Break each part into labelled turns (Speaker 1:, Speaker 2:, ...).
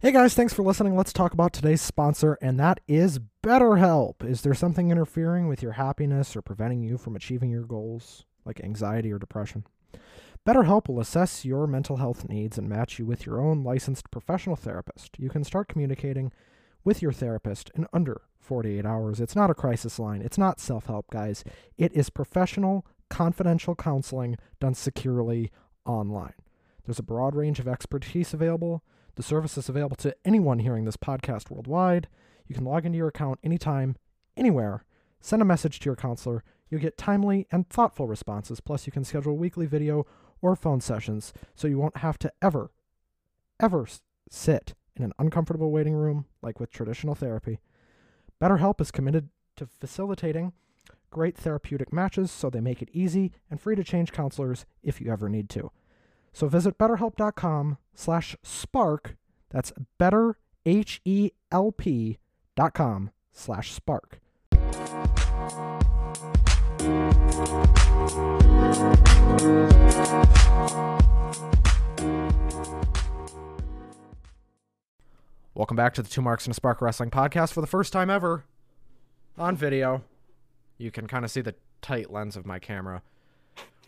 Speaker 1: Hey guys, thanks for listening. Let's talk about today's sponsor, and that is BetterHelp. Is there something interfering with your happiness or preventing you from achieving your goals, like anxiety or depression? BetterHelp will assess your mental health needs and match you with your own licensed professional therapist. You can start communicating with your therapist in under 48 hours. It's not a crisis line, it's not self help, guys. It is professional, confidential counseling done securely online. There's a broad range of expertise available. The service is available to anyone hearing this podcast worldwide. You can log into your account anytime, anywhere. Send a message to your counselor. You'll get timely and thoughtful responses. Plus, you can schedule weekly video or phone sessions so you won't have to ever, ever s- sit in an uncomfortable waiting room like with traditional therapy. BetterHelp is committed to facilitating great therapeutic matches so they make it easy and free to change counselors if you ever need to. So visit betterhelp.com slash spark. That's better, H-E-L-P dot com slash spark. Welcome back to the Two Marks and a Spark Wrestling Podcast for the first time ever on video. You can kind of see the tight lens of my camera.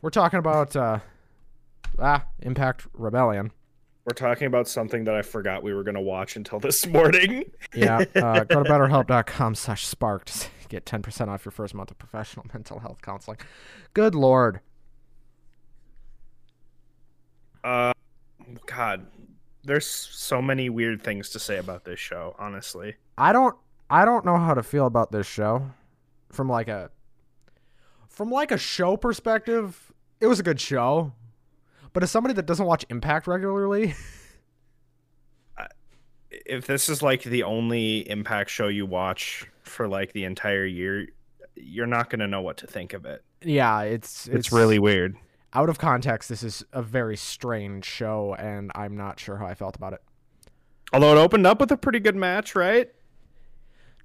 Speaker 1: We're talking about uh, ah, Impact Rebellion.
Speaker 2: We're talking about something that I forgot we were going to watch until this morning.
Speaker 1: yeah uh, go to betterhelp.com slash spark to get 10% off your first month of professional mental health counseling good lord
Speaker 2: Uh, God, there's so many weird things to say about this show, honestly.
Speaker 1: i don't i don't know how to feel about this show from like a from like a show perspective it was a good show but as somebody that doesn't watch impact regularly
Speaker 2: If this is like the only Impact show you watch for like the entire year, you're not going to know what to think of it.
Speaker 1: yeah it's
Speaker 2: It's, really weird.
Speaker 1: out of context this is a very strange show and i'm not sure how i felt about it
Speaker 2: Although it opened up with a pretty good match, right?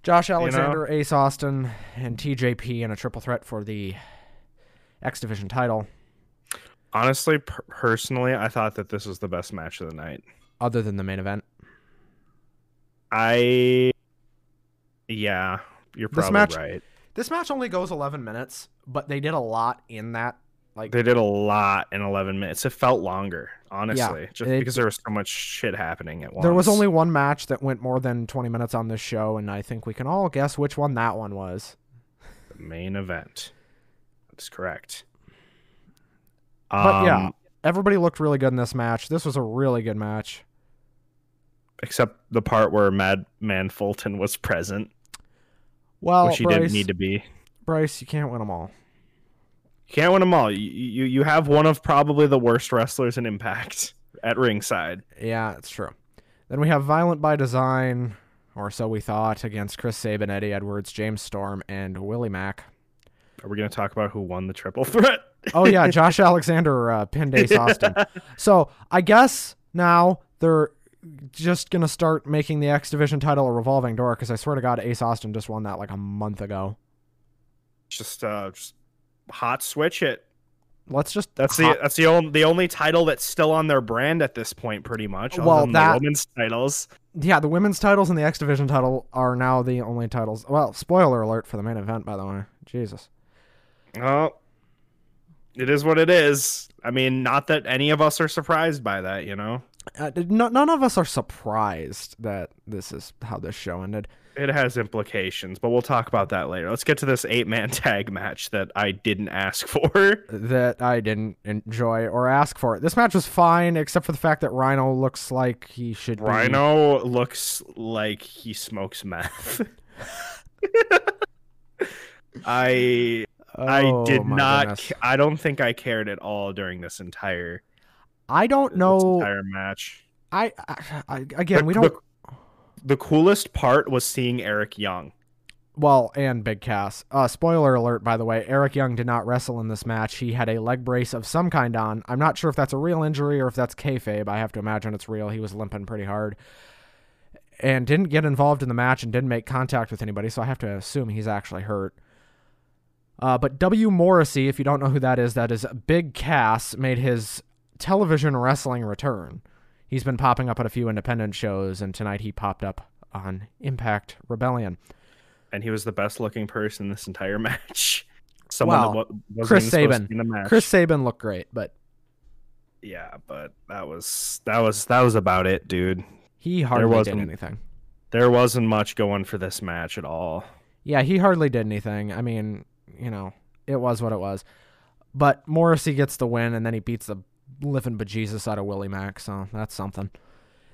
Speaker 1: Josh Alexander, Ace Austin, and TJP in a triple threat for the X Division title.
Speaker 2: Honestly, per- personally, I thought that this was the best match of the night.
Speaker 1: Other than the main event,
Speaker 2: I, yeah, you're
Speaker 1: This
Speaker 2: probably
Speaker 1: match-
Speaker 2: right.
Speaker 1: this match only goes 11 minutes, but they did a lot in that. Like
Speaker 2: They did a lot in 11 minutes. It felt longer, honestly, just
Speaker 1: it-
Speaker 2: because there was so much shit happening at once.
Speaker 1: there was only one match that went more than 20 minutes on this show, and I think we can all guess which one that one was.
Speaker 2: the main event. That's correct.
Speaker 1: But yeah,
Speaker 2: Um,
Speaker 1: everybody looked really good in this match. This was a really good match.
Speaker 2: except the part where Madman Fulton was present,
Speaker 1: Well,
Speaker 2: which he
Speaker 1: Oh, Bryce,
Speaker 2: didn't need to be. You
Speaker 1: Bryce, you can't win them all.
Speaker 2: can't win them all. You, you you have one of probably the worst wrestlers in Impact at ringside.
Speaker 1: Yeah, it's true. Then we have Violent by Design, or so we thought, against Chris Sabin, Eddie Edwards, James Storm, and Willie Mack.
Speaker 2: Are we going to talk about who won the triple threat?
Speaker 1: Oh yeah, Josh Alexander uh, pinned Ace Austin. So I guess now they're just gonna start making the X Division title a revolving door because I swear to God, Ace Austin just won that like a month ago.
Speaker 2: Just uh, just hot switch it.
Speaker 1: Let's just
Speaker 2: That's the
Speaker 1: hot-
Speaker 2: that's the only the only title that's still on their brand at this point, pretty much. other
Speaker 1: Well,
Speaker 2: than
Speaker 1: that-
Speaker 2: the women's titles.
Speaker 1: yeah. The women's titles and the X Division title are now the only titles. Well, spoiler alert for the main event, by the way. Jesus.
Speaker 2: Oh, it is what it is. I mean, not that any of us are surprised by that, you know.
Speaker 1: Uh, no, none of us are surprised that this is how this show ended.
Speaker 2: It has implications, but we'll talk about that later. Let's get to this eight man tag match that I didn't ask
Speaker 1: Mm-hmm.
Speaker 2: for.
Speaker 1: that I didn't enjoy or ask for. This match was fine, except for the fact that Rhino looks like he should be-
Speaker 2: Rhino looks like he smokes meth. I I
Speaker 1: Oh,
Speaker 2: did
Speaker 1: my
Speaker 2: not.
Speaker 1: goodness.
Speaker 2: ca- I don't think I cared at all during this entire
Speaker 1: I don't
Speaker 2: this
Speaker 1: know.
Speaker 2: entire match.
Speaker 1: I, I, I again,
Speaker 2: The-
Speaker 1: we don't.
Speaker 2: The, the coolest part was seeing Eric Young.
Speaker 1: Well, and Big Cass. Uh, spoiler alert, by the way, Eric Young did not wrestle in this match. He had a leg brace of some kind on. I'm not sure if that's a real injury or if that's kayfabe. I have to imagine it's real. He was limping pretty hard. And didn't get involved in the match and didn't make contact with anybody, so I have to assume he's actually hurt. Uh, but W. Morrissey, if you don't know who that is, that is Big Cass, made his television wrestling return. He's been popping up at a few independent shows, and tonight he popped up on Impact Rebellion.
Speaker 2: and he was the best looking person this entire match. Someone
Speaker 1: Wow.
Speaker 2: that wa- wasn't
Speaker 1: Chris
Speaker 2: even supposed to
Speaker 1: Sabin.
Speaker 2: be in the match.
Speaker 1: Chris Sabin looked great, but
Speaker 2: Yeah, but that was that was that was about it, dude.
Speaker 1: he hardly did
Speaker 2: wasn't-
Speaker 1: anything.
Speaker 2: There wasn't much going for this match at all.
Speaker 1: Yeah, he hardly did anything. I mean, you know, it was what it was. But Morrissey gets the win, and then he beats the living bejesus out of Willie Mack, so that's something.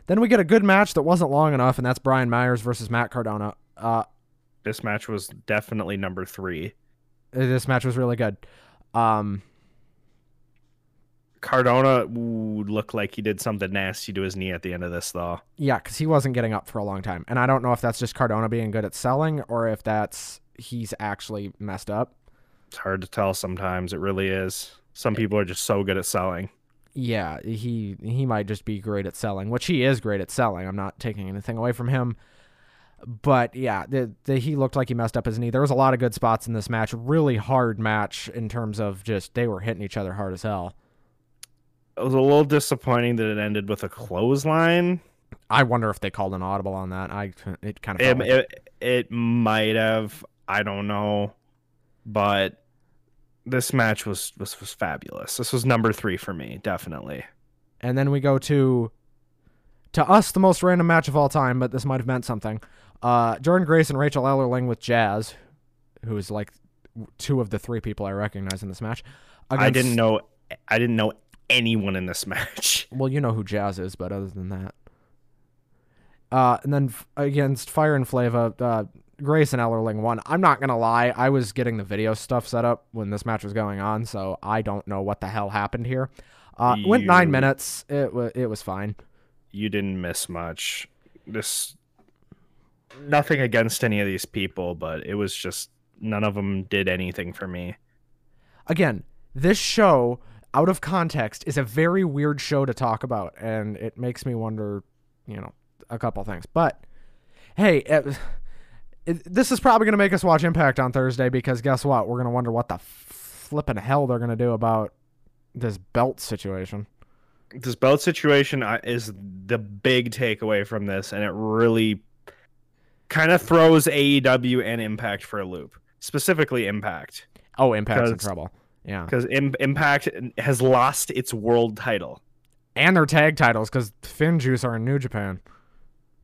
Speaker 1: Then we get a good match that wasn't long enough, and that's Brian Myers versus Matt Cardona. Uh,
Speaker 2: This match was definitely number three.
Speaker 1: this match was really good. Um,
Speaker 2: Cardona ooh, looked like he did something nasty to his knee at the end of this, though.
Speaker 1: yeah, because he wasn't getting up for a long time, and I don't know if that's just Cardona being good at selling or if that's he's actually messed up.
Speaker 2: It's hard to tell sometimes. It really is. Some people are just so good at selling.
Speaker 1: yeah, he he might just be great at selling, which he is great at selling. I'm not taking anything away from him. But yeah, the, the, he looked like he messed up his knee. There was a lot of good spots in this match. Really hard match in terms of just they were hitting each other hard as hell.
Speaker 2: It was a little disappointing that it ended with a clothesline.
Speaker 1: I wonder if they called an audible on that. I it kind of
Speaker 2: it, it, it might have i don't know but this match was, was was fabulous this was number three for me definitely
Speaker 1: And then we go to to us the most random match of all time, but this might have meant something. Uh, Jordan Grace and Rachel Ellerling with Jazz, who is like two of the three people I recognize in this match.
Speaker 2: i
Speaker 1: against-
Speaker 2: didn't know i didn't know anyone in this match
Speaker 1: Well, you know who Jazz is, but other than that. Uh, and then f- against Fire and Flava, uh, Grace and Ellerling won. I'm not going to lie. I was getting the video stuff set up when this match was going on, so I don't know what the hell happened here. Uh, it Went nine
Speaker 2: You-
Speaker 1: minutes. It, wa it was fine.
Speaker 2: you didn't miss much this nothing against any of these people but it was just none of them did anything for me
Speaker 1: Again, this show, out of context, is a very weird show to talk about, and it makes me wonder, you know, a couple things. But hey, it, it- this is probably going to make us watch Impact on Thursday because guess what? We're going to wonder what the flippin' hell they're going to do about this belt situation.
Speaker 2: this belt situation I- is the big takeaway from this, and it really kind of throws AEW and Impact for a loop, specifically Impact,
Speaker 1: Oh, Impact's in
Speaker 2: 'Cause-
Speaker 1: trouble. Yeah.
Speaker 2: because Impact has lost its world title.
Speaker 1: And their tag titles because Finn Juice are in New Japan.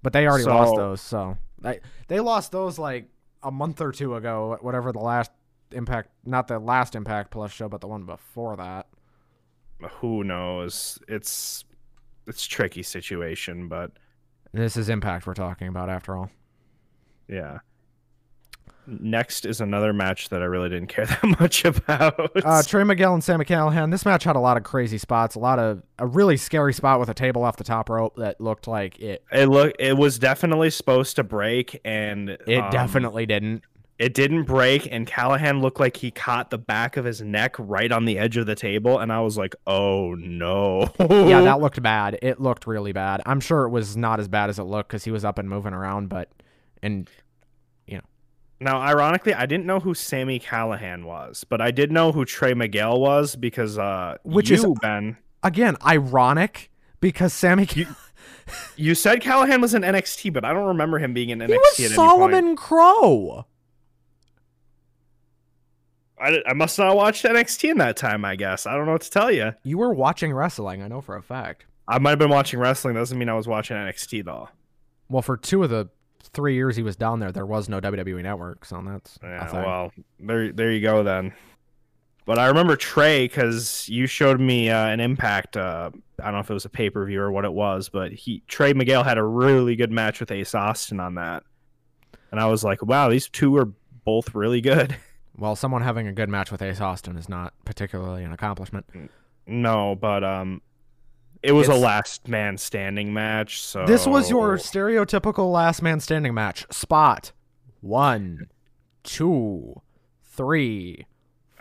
Speaker 1: But they already
Speaker 2: So-
Speaker 1: lost those, so. They, they lost those like a month or two ago, whatever the last Impact, not the last Impact Plus show, but the one before that.
Speaker 2: Who knows? It's it's a tricky situation, but
Speaker 1: This is Impact we're talking about after all.
Speaker 2: yeah. Next is another match that I really didn't care that much about.
Speaker 1: Uh, Trey Miguel and Sam Callahan. This match had a lot of crazy spots, a lot of a really scary spot with a table off the top rope that looked like it.
Speaker 2: it look it was definitely supposed to break, and
Speaker 1: It
Speaker 2: um,
Speaker 1: definitely didn't.
Speaker 2: It didn't break, and Callahan looked like he caught the back of his neck right on the edge of the table, and I was like, "Oh no!"
Speaker 1: Yeah, that looked bad. It looked really bad. I'm sure it was not as bad as it looked because he was up and moving around, but and
Speaker 2: now, ironically, I didn't know who Sammy Callahan was, but I did know who Trey Miguel was because uh,
Speaker 1: Which
Speaker 2: you,
Speaker 1: is-
Speaker 2: Ben,
Speaker 1: again ironic because Sammy Ca-
Speaker 2: you said Callahan was in NXT, but I don't remember him being in NXT.
Speaker 1: he
Speaker 2: at
Speaker 1: was
Speaker 2: any
Speaker 1: Solomon Crow.
Speaker 2: point. I, di- I must not watch NXT in that time. I guess I don't know what to tell you.
Speaker 1: You were watching wrestling, I know for a fact.
Speaker 2: I might have been watching wrestling. Doesn't mean I was watching NXT though.
Speaker 1: Well, for two of the three years he was down there, there was no WWE Network, so that's a
Speaker 2: Yeah,
Speaker 1: thing.
Speaker 2: well, there there you go then. But I remember Trey because you showed me uh, an impact. Uh, I don't know if it was a pay per view or what it was, but he Trey Miguel had a really good match with Ace Austin on that, and I was like, wow, these two are both really good.
Speaker 1: Well, someone having a good match with Ace Austin is not particularly an accomplishment.
Speaker 2: No, but um, it was
Speaker 1: It's-
Speaker 2: a last man standing match. So
Speaker 1: This was your stereotypical last man standing match. Spot one, two, three,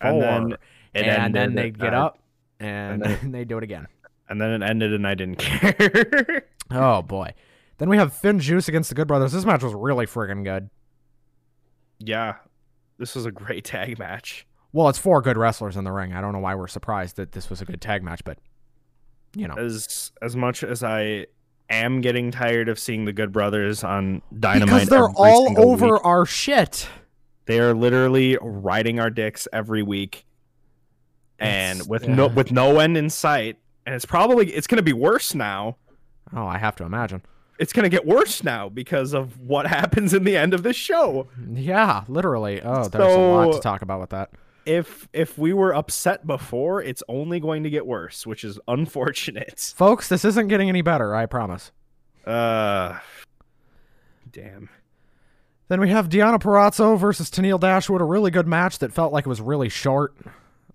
Speaker 1: four,
Speaker 2: And then it
Speaker 1: and then
Speaker 2: ended,
Speaker 1: they get
Speaker 2: uh,
Speaker 1: up and,
Speaker 2: and then-
Speaker 1: they do it again.
Speaker 2: and then it ended, and I didn't care.
Speaker 1: Oh boy. Then we have Finn Juice against the Good Brothers. This match was really friggin' good.
Speaker 2: yeah, this was a great tag match.
Speaker 1: Well, it's four good wrestlers in the ring. I don't know why we're surprised that this was a good tag match, but you
Speaker 2: Uh,
Speaker 1: know.
Speaker 2: As as much as I am getting tired of seeing the Good Brothers on Dynamite,
Speaker 1: Because they're
Speaker 2: every
Speaker 1: all
Speaker 2: single
Speaker 1: over
Speaker 2: week.
Speaker 1: our shit.
Speaker 2: They are literally riding our dicks every week, and
Speaker 1: It's-
Speaker 2: with no
Speaker 1: yeah.
Speaker 2: with no end in sight. And it's probably it's going to be worse now.
Speaker 1: Oh, I have to imagine.
Speaker 2: It's going to get worse now because of what happens in the end of this show.
Speaker 1: Yeah, literally. Oh, there's a lot to
Speaker 2: So-
Speaker 1: talk about with that.
Speaker 2: If if we were upset before, it's only going to get worse, which is unfortunate.
Speaker 1: Folks, this isn't getting any better, I promise.
Speaker 2: Uh, damn.
Speaker 1: Then we have Deanna Parazzo versus Tennille Dashwood, a really good match that felt like it was really short.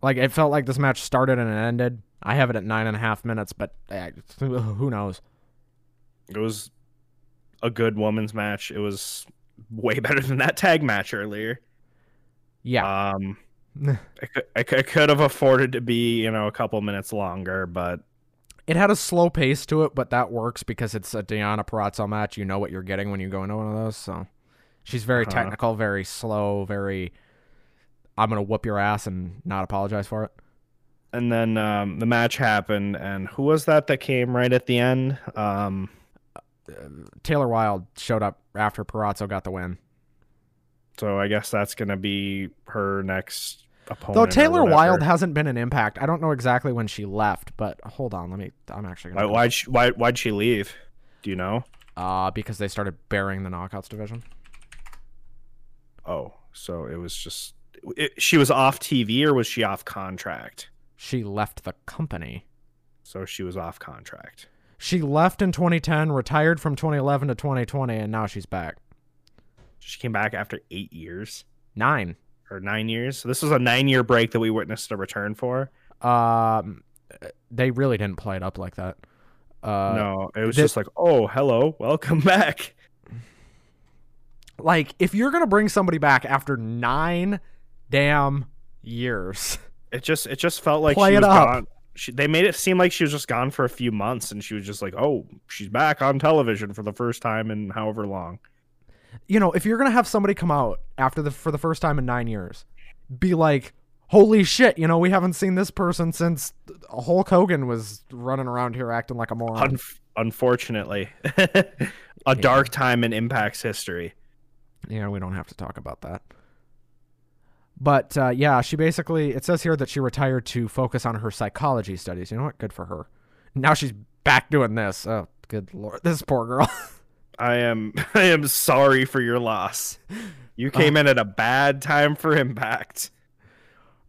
Speaker 1: Like it felt like this match started and it ended. I have it at nine and a half minutes, but eh, who knows?
Speaker 2: It was a good woman's match. It was way better than that tag match earlier.
Speaker 1: Yeah,
Speaker 2: Um, I cou- I cou- I could have afforded to be, you know, a couple minutes longer, but
Speaker 1: it had a slow pace to it, but that works because it's a Deanna Parazzo match. You know what you're getting when you go into one of those. So she's very
Speaker 2: Uh-huh.
Speaker 1: technical, very slow, very. I'm gonna whoop your ass and not apologize for it.
Speaker 2: and then um, the match happened, and who was that that came right at the end? Um,
Speaker 1: Taylor Wilde showed up after Parazzo got the win.
Speaker 2: so I guess that's gonna be her next opponent.
Speaker 1: Though
Speaker 2: or
Speaker 1: Taylor
Speaker 2: whatever.
Speaker 1: Wilde hasn't been an impact. I don't know exactly when she left, but hold on, let me I'm actually
Speaker 2: why
Speaker 1: gonna
Speaker 2: why'd she, why why'd she leave? Do you know?
Speaker 1: uh because they started burying the knockouts division.
Speaker 2: Oh, so it was just it, she was off TV or was she off contract?
Speaker 1: She left the company.
Speaker 2: So she was off contract.
Speaker 1: She left in 2010, retired from 2011 to 2020, and now she's back.
Speaker 2: She came back after eight years
Speaker 1: Nine.
Speaker 2: or nine years. So this was a nine-year break that we witnessed a return for.
Speaker 1: Um, they really didn't play it up like that. Uh,
Speaker 2: no, it was
Speaker 1: thi-
Speaker 2: just like, oh, hello, welcome back.
Speaker 1: Like, if you're gonna bring somebody back after nine damn years,
Speaker 2: It just it just felt like
Speaker 1: Play
Speaker 2: she
Speaker 1: it
Speaker 2: was
Speaker 1: up.
Speaker 2: gone. She, they made it seem like she was just gone for a few months, and she was just like, oh, she's back on television for the first time in however long.
Speaker 1: you know, if you're gonna have somebody come out after the for the first time in nine years, be like, holy shit, you know, we haven't seen this person since Hulk Hogan was running around here acting like a moron.
Speaker 2: Un- unfortunately, a dark time in Impact's history.
Speaker 1: yeah, we don't have to talk about that. But uh, yeah, she basically it says here that she retired to focus on her psychology studies. You know what? Good for her. Now she's back doing this. Oh, good lord, this poor girl.
Speaker 2: I am I am sorry for your loss. You
Speaker 1: Uh.
Speaker 2: came in at a bad time for Impact.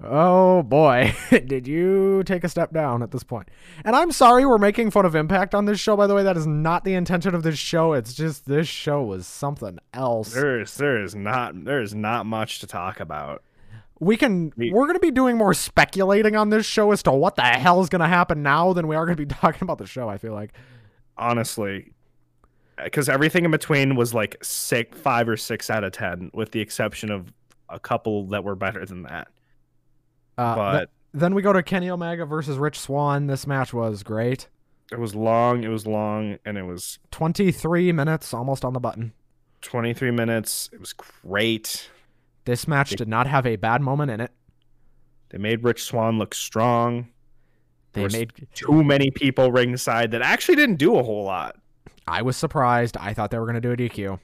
Speaker 1: Oh boy, did you take a step down at this point? And I'm sorry we're making fun of Impact on this show, by the way. That is not the intention of this show. It's just this show was something else.
Speaker 2: There is there is not there is not much to talk about.
Speaker 1: We can
Speaker 2: We-
Speaker 1: we're gonna be doing more speculating on this show as to what the hell is gonna happen now than we are gonna be talking about the show, I feel like.
Speaker 2: honestly because everything in between was like six five or six out of ten with the exception of a couple that were better than that
Speaker 1: Uh,
Speaker 2: but
Speaker 1: th- then we go to Kenny Omega versus Rich Swan. This match was great.
Speaker 2: it was long it was long and it was
Speaker 1: 23 minutes almost on the button.
Speaker 2: 23 minutes it was great
Speaker 1: This match did not have a bad moment in it.
Speaker 2: they made rich swan look strong
Speaker 1: They
Speaker 2: There's-
Speaker 1: made
Speaker 2: too many people ringside that actually didn't do a whole lot
Speaker 1: I was surprised. I thought they were gonna do a DQ.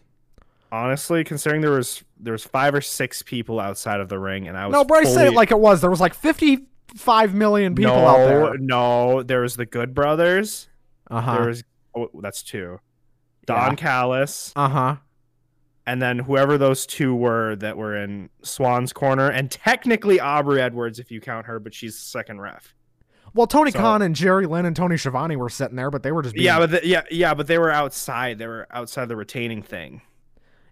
Speaker 2: honestly considering there was there was five or six people outside of the ring and i was
Speaker 1: No, Bryce said it
Speaker 2: fully-
Speaker 1: like it was. There was like 55 million people
Speaker 2: no,
Speaker 1: out there.
Speaker 2: no there was the good brothers
Speaker 1: Uh
Speaker 2: There
Speaker 1: huh.
Speaker 2: was oh, that's two. Don
Speaker 1: Yeah.
Speaker 2: Callis
Speaker 1: Uh huh.
Speaker 2: and then whoever those two were that were in Swan's corner and technically Aubrey Edwards if you count her, but she's the second ref.
Speaker 1: Well, Tony
Speaker 2: So-
Speaker 1: Khan and Jerry Lynn and Tony Schiavone were sitting there, but they were just being.
Speaker 2: Yeah, but the, yeah, yeah, but they were outside. They were outside the retaining thing.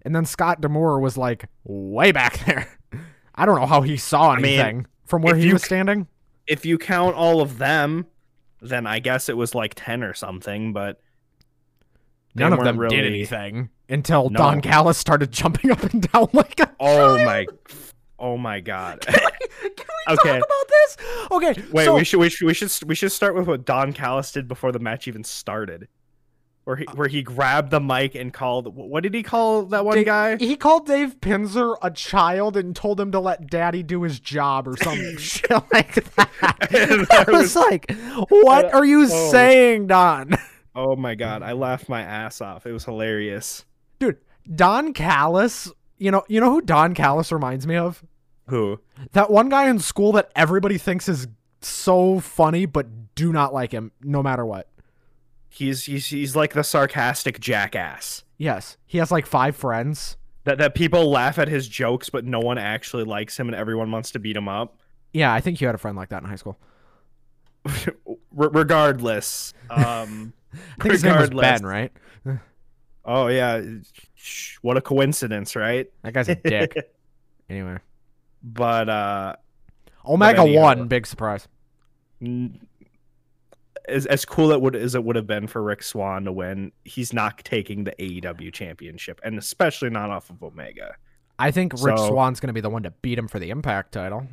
Speaker 1: and then Scott Demore was like way back there. I don't know how he saw
Speaker 2: mean,
Speaker 1: anything from where
Speaker 2: if
Speaker 1: he
Speaker 2: you
Speaker 1: was
Speaker 2: c-
Speaker 1: standing.
Speaker 2: If you count all of them, then I guess it was like ten or something. But they
Speaker 1: None of
Speaker 2: weren't
Speaker 1: them
Speaker 2: really-
Speaker 1: did anything until
Speaker 2: No.
Speaker 1: Don Callis started jumping up and down like a.
Speaker 2: Oh my, oh my God.
Speaker 1: Can we
Speaker 2: Okay.
Speaker 1: talk about this? Okay.
Speaker 2: Wait,
Speaker 1: so,
Speaker 2: we should we should we should we should start with what Don Callis did before the match even started. where he
Speaker 1: Uh,
Speaker 2: where he grabbed the mic and called what did he call that one
Speaker 1: Dave-
Speaker 2: guy?
Speaker 1: He called Dave Pinzer a child and told him to let daddy do his job or some shit like that.
Speaker 2: And
Speaker 1: I
Speaker 2: I
Speaker 1: was Uh, like, what are you
Speaker 2: Oh.
Speaker 1: saying, Don?
Speaker 2: Oh my god, I laughed my ass off. It was hilarious.
Speaker 1: Dude, Don Callis, you know, you know who Don Callis reminds me of?
Speaker 2: Who?
Speaker 1: That one guy in school that everybody thinks is so funny but do not like him no matter what.
Speaker 2: He's he's he's like the sarcastic jackass.
Speaker 1: Yes, he has like five friends.
Speaker 2: That that people laugh at his jokes but no one actually likes him and everyone wants to beat him up.
Speaker 1: Yeah, I think you had a friend like that in high school.
Speaker 2: R- regardless, um
Speaker 1: I think his name was
Speaker 2: Regardless.
Speaker 1: Ben, right?
Speaker 2: oh yeah, sh- what a coincidence, right?
Speaker 1: That guy's a dick. anyway,
Speaker 2: But uh
Speaker 1: Omega
Speaker 2: anyhow-
Speaker 1: won. Big surprise.
Speaker 2: n- as as cool it would as it would have been for Rick Swan to win, he's not taking the AEW championship, and especially not off of Omega.
Speaker 1: I think Rich
Speaker 2: So-
Speaker 1: Swan's going to be the one to beat him for the Impact title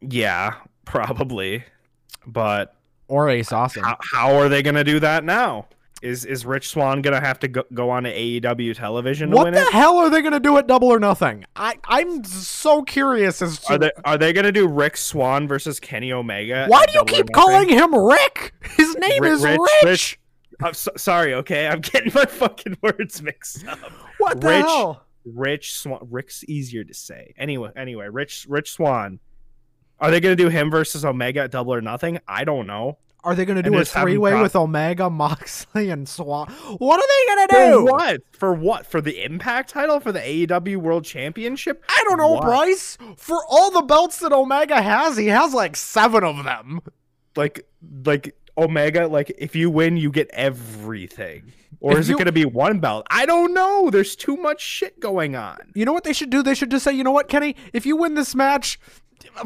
Speaker 2: Yeah, probably. But
Speaker 1: or Ace Austin.
Speaker 2: how, how are they going to do that now? Is is Rich Swan going to have to go, go on to AEW television to
Speaker 1: What
Speaker 2: win
Speaker 1: the
Speaker 2: it?
Speaker 1: hell are they going to do at Double or Nothing? I I'm so curious as to
Speaker 2: Are they are they going to do Rick Swan versus Kenny Omega?
Speaker 1: why
Speaker 2: at
Speaker 1: do you
Speaker 2: Double or
Speaker 1: keep
Speaker 2: Nothing?
Speaker 1: calling him Rick? His name
Speaker 2: Ri-
Speaker 1: is
Speaker 2: Rich,
Speaker 1: Rich.
Speaker 2: Rich. I'm so, sorry, okay. I'm getting my fucking words mixed up.
Speaker 1: What the
Speaker 2: Rich.
Speaker 1: hell?
Speaker 2: Rich Swan. Rick's easier to say. Anyway, anyway, Rich Rich Swan. Are they going to do him versus Omega at Double or Nothing? I don't know.
Speaker 1: Are they going to
Speaker 2: And
Speaker 1: do a
Speaker 2: just have him
Speaker 1: three way
Speaker 2: pro-
Speaker 1: with Omega, Moxley, and Swan? What are they going
Speaker 2: For
Speaker 1: to do?
Speaker 2: what? For what? For the Impact title? For the AEW World Championship?
Speaker 1: I don't know,
Speaker 2: What?
Speaker 1: Bryce. For all the belts that Omega has, he has like seven of them.
Speaker 2: Like, like Omega? Like, if you win, you get everything, or
Speaker 1: If
Speaker 2: is
Speaker 1: you-
Speaker 2: it going to be one belt? I don't know. There's too much shit going on.
Speaker 1: You know what they should do? They should just say, you know what, Kenny, if you win this match,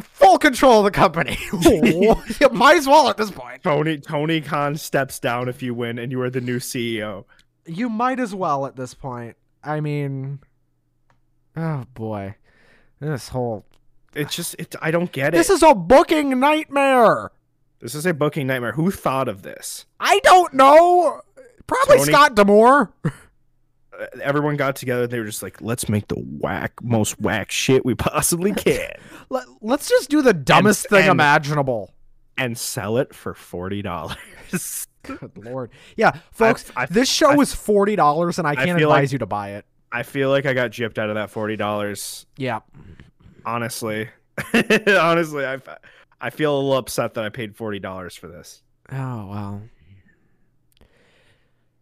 Speaker 1: full control of the company. you might as well at this point.
Speaker 2: Tony Tony Khan steps down if you win, and you are the new E CEO.
Speaker 1: You might as well at this point. I mean, oh boy, this whole
Speaker 2: It's just, it, I don't get it.
Speaker 1: this is a booking nightmare.
Speaker 2: this is a booking nightmare. Who thought of this?
Speaker 1: I don't know. Probably
Speaker 2: Tony-
Speaker 1: Scott Demore.
Speaker 2: Uh, Everyone got together. They were just like, let's make the whack most whack shit we possibly can,
Speaker 1: Let, let's just do the dumbest thing
Speaker 2: and-
Speaker 1: imaginable.
Speaker 2: and sell it for forty dollars.
Speaker 1: Good lord. Yeah, folks,
Speaker 2: I-
Speaker 1: this show
Speaker 2: I-
Speaker 1: is forty dollars, and I
Speaker 2: I
Speaker 1: can't advise
Speaker 2: feel like-
Speaker 1: you to buy it.
Speaker 2: I feel like I got gypped out of that forty dollars.
Speaker 1: Yeah.
Speaker 2: Honestly, honestly, I I feel a little upset that I paid forty dollars for this.
Speaker 1: Oh well.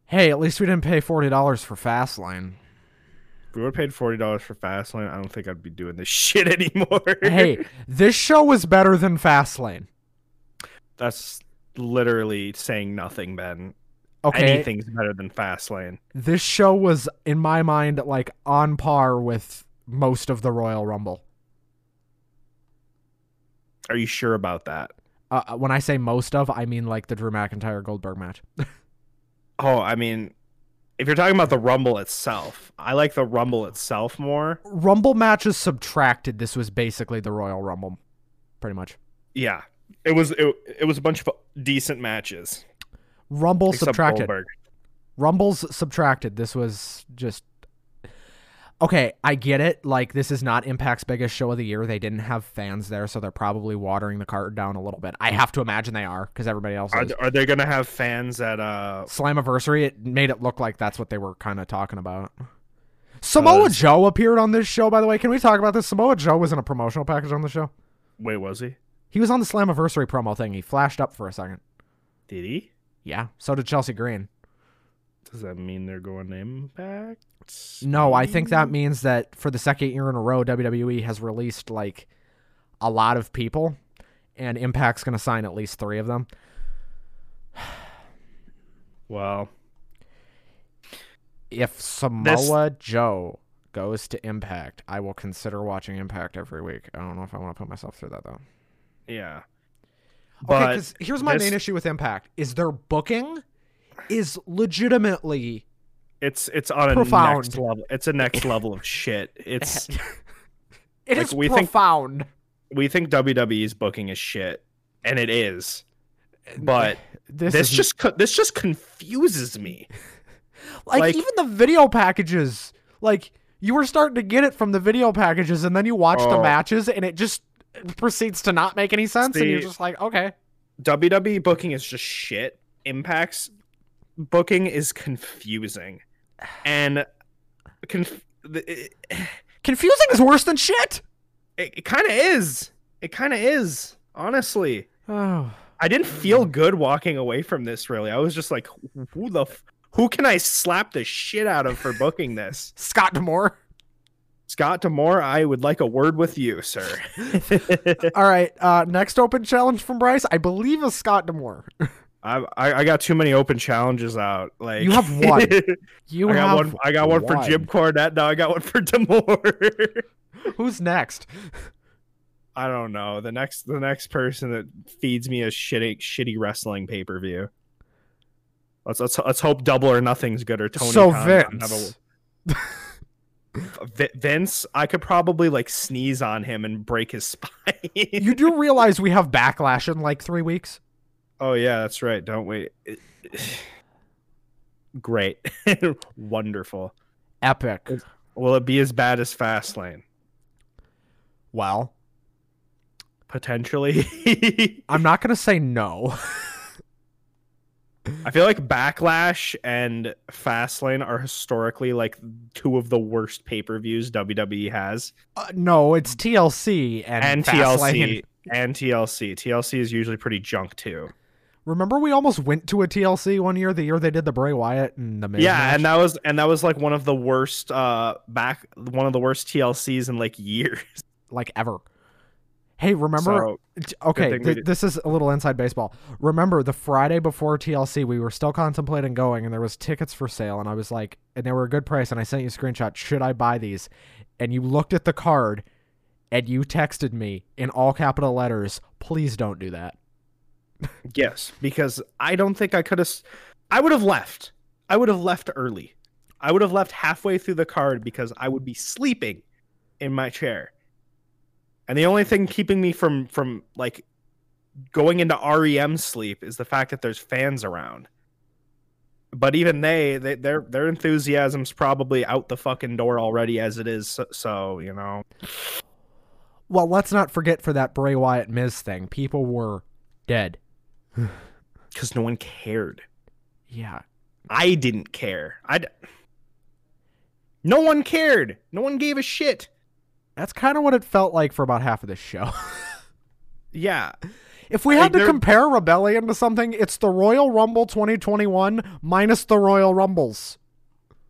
Speaker 1: Hey, at least we didn't pay forty dollars for Fastlane.
Speaker 2: If we would have paid forty dollars for Fastlane, I don't think I'd be doing this shit anymore.
Speaker 1: hey, this show was better than Fastlane.
Speaker 2: that's literally saying nothing, Ben.
Speaker 1: Okay,
Speaker 2: Anything's better than Fastlane.
Speaker 1: this show was in my mind like on par with most of the Royal Rumble.
Speaker 2: Are you sure about that?
Speaker 1: Uh, uh, when I say most of, I mean like the Drew McIntyre Goldberg match.
Speaker 2: Oh, I mean, if you're talking about the Rumble itself, I like the Rumble itself more.
Speaker 1: Rumble matches subtracted, this was basically the Royal Rumble, pretty much.
Speaker 2: Yeah, it was it, it was a bunch of decent matches.
Speaker 1: Rumble
Speaker 2: Except
Speaker 1: subtracted.
Speaker 2: Goldberg.
Speaker 1: Rumbles subtracted. This was just okay. I get it. Like this is not Impact's biggest show of the year. They didn't have fans there, so they're probably watering the cart down a little bit. I have to imagine they are because everybody else
Speaker 2: Are,
Speaker 1: is.
Speaker 2: are they gonna have fans at uh?
Speaker 1: Slammiversary. It made it look like that's what they were kind of talking about. Samoa
Speaker 2: that's-
Speaker 1: Joe appeared on this show, by the way. Can we talk about this? Samoa Joe was in a promotional package on the show.
Speaker 2: Wait, was he?
Speaker 1: He was on the Slammiversary promo thing. He flashed up for a second.
Speaker 2: Did he?
Speaker 1: Yeah. So did Chelsea Green.
Speaker 2: Does that mean they're going to Impact?
Speaker 1: No, I think
Speaker 2: Mm-hmm.
Speaker 1: that means that for the second year in a row, WWE has released like a lot of people, and Impact's going to sign at least three of them.
Speaker 2: Well,
Speaker 1: If Samoa Joe goes to Impact, I will consider watching Impact every week. I don't know if I want to put myself through that though.
Speaker 2: yeah.
Speaker 1: okay,
Speaker 2: But
Speaker 1: because here's my
Speaker 2: this-
Speaker 1: main issue with Impact: is their booking is legitimately
Speaker 2: it's it's on a
Speaker 1: Profound.
Speaker 2: next level. It's a next level of shit. It's
Speaker 1: it
Speaker 2: Like,
Speaker 1: is
Speaker 2: we think-
Speaker 1: profound.
Speaker 2: we think WWE's booking is shit, and it is. But
Speaker 1: This,
Speaker 2: This
Speaker 1: is-
Speaker 2: just co- this just confuses me.
Speaker 1: like,
Speaker 2: like-
Speaker 1: even the video packages. Like you were starting to get it from the video packages, and then you watch the
Speaker 2: Oh.
Speaker 1: matches, and it just proceeds to not make any sense, and you're
Speaker 2: See-
Speaker 1: just like, okay,
Speaker 2: WWE E booking is just shit. Impact's booking is confusing, and conf- it,
Speaker 1: confusing is worse than shit.
Speaker 2: it, it kind of is. It kind of is. Honestly,
Speaker 1: Oh,
Speaker 2: I didn't feel good walking away from this. Really, I was just like, who the f- who can I slap the shit out of for booking this?
Speaker 1: Scott Demore.
Speaker 2: Scott Demore, I would like a word with you, sir.
Speaker 1: All right, uh, next open challenge from Bryce, I believe, is Scott Demore.
Speaker 2: I, I I got too many open challenges out. Like
Speaker 1: You have one. You
Speaker 2: I
Speaker 1: have
Speaker 2: got one. I got one, for Jim Cornette. Now I got one for Demore.
Speaker 1: Who's next?
Speaker 2: I don't know. The next the next person that feeds me a shitty shitty wrestling pay per view. Let's, let's let's hope Double or Nothing's good or Tony.
Speaker 1: so
Speaker 2: Khan
Speaker 1: Vince.
Speaker 2: have a- Vi- Vince, I could probably like sneeze on him and break his spine.
Speaker 1: you do realize we have backlash in like three weeks.
Speaker 2: oh yeah, that's right. Don't wait. Great, wonderful.
Speaker 1: Epic.
Speaker 2: Will it be as bad as Fastlane?
Speaker 1: Well,
Speaker 2: Potentially.
Speaker 1: I'm not gonna say no.
Speaker 2: I feel like Backlash and Fastlane are historically like two of the worst pay per views WWE E has,
Speaker 1: Uh, no, it's TLC and,
Speaker 2: and
Speaker 1: Fastlane.
Speaker 2: TLC and TLC. TLC is usually pretty junk too.
Speaker 1: Remember, we almost went to a TLC one year, the year they did the Bray Wyatt and the Miz
Speaker 2: yeah, and
Speaker 1: match?
Speaker 2: that was and that was like one of the worst uh back one of the worst TLCs in like years.
Speaker 1: like ever. Hey, remember?
Speaker 2: So,
Speaker 1: J- Okay,
Speaker 2: thing we
Speaker 1: th-
Speaker 2: did-
Speaker 1: this is a little inside baseball. Remember the Friday before TLC, we were still contemplating going, and there was tickets for sale, and I was like, and they were a good price, and I sent you a screenshot. Should I buy these? And you looked at the card, and you texted me in all capital letters, "Please don't do that."
Speaker 2: yes, because I don't think I could have. I would have left. I would have left early. I would have left halfway through the card because I would be sleeping in my chair. And the only thing keeping me from from like going into REM sleep is the fact that there's fans around. But even they, they their their enthusiasm's probably out the fucking door already as it is. So, so you know,
Speaker 1: Well, let's not forget for that Bray Wyatt Miz thing, people were dead.
Speaker 2: because no one cared.
Speaker 1: Yeah,
Speaker 2: I didn't care. I. d- No one cared. No one gave a shit.
Speaker 1: that's kind of what it felt like for about half of this show.
Speaker 2: Yeah,
Speaker 1: If we
Speaker 2: Like,
Speaker 1: had to
Speaker 2: there-
Speaker 1: compare Rebellion to something, it's the Royal Rumble 2021 minus the Royal Rumbles.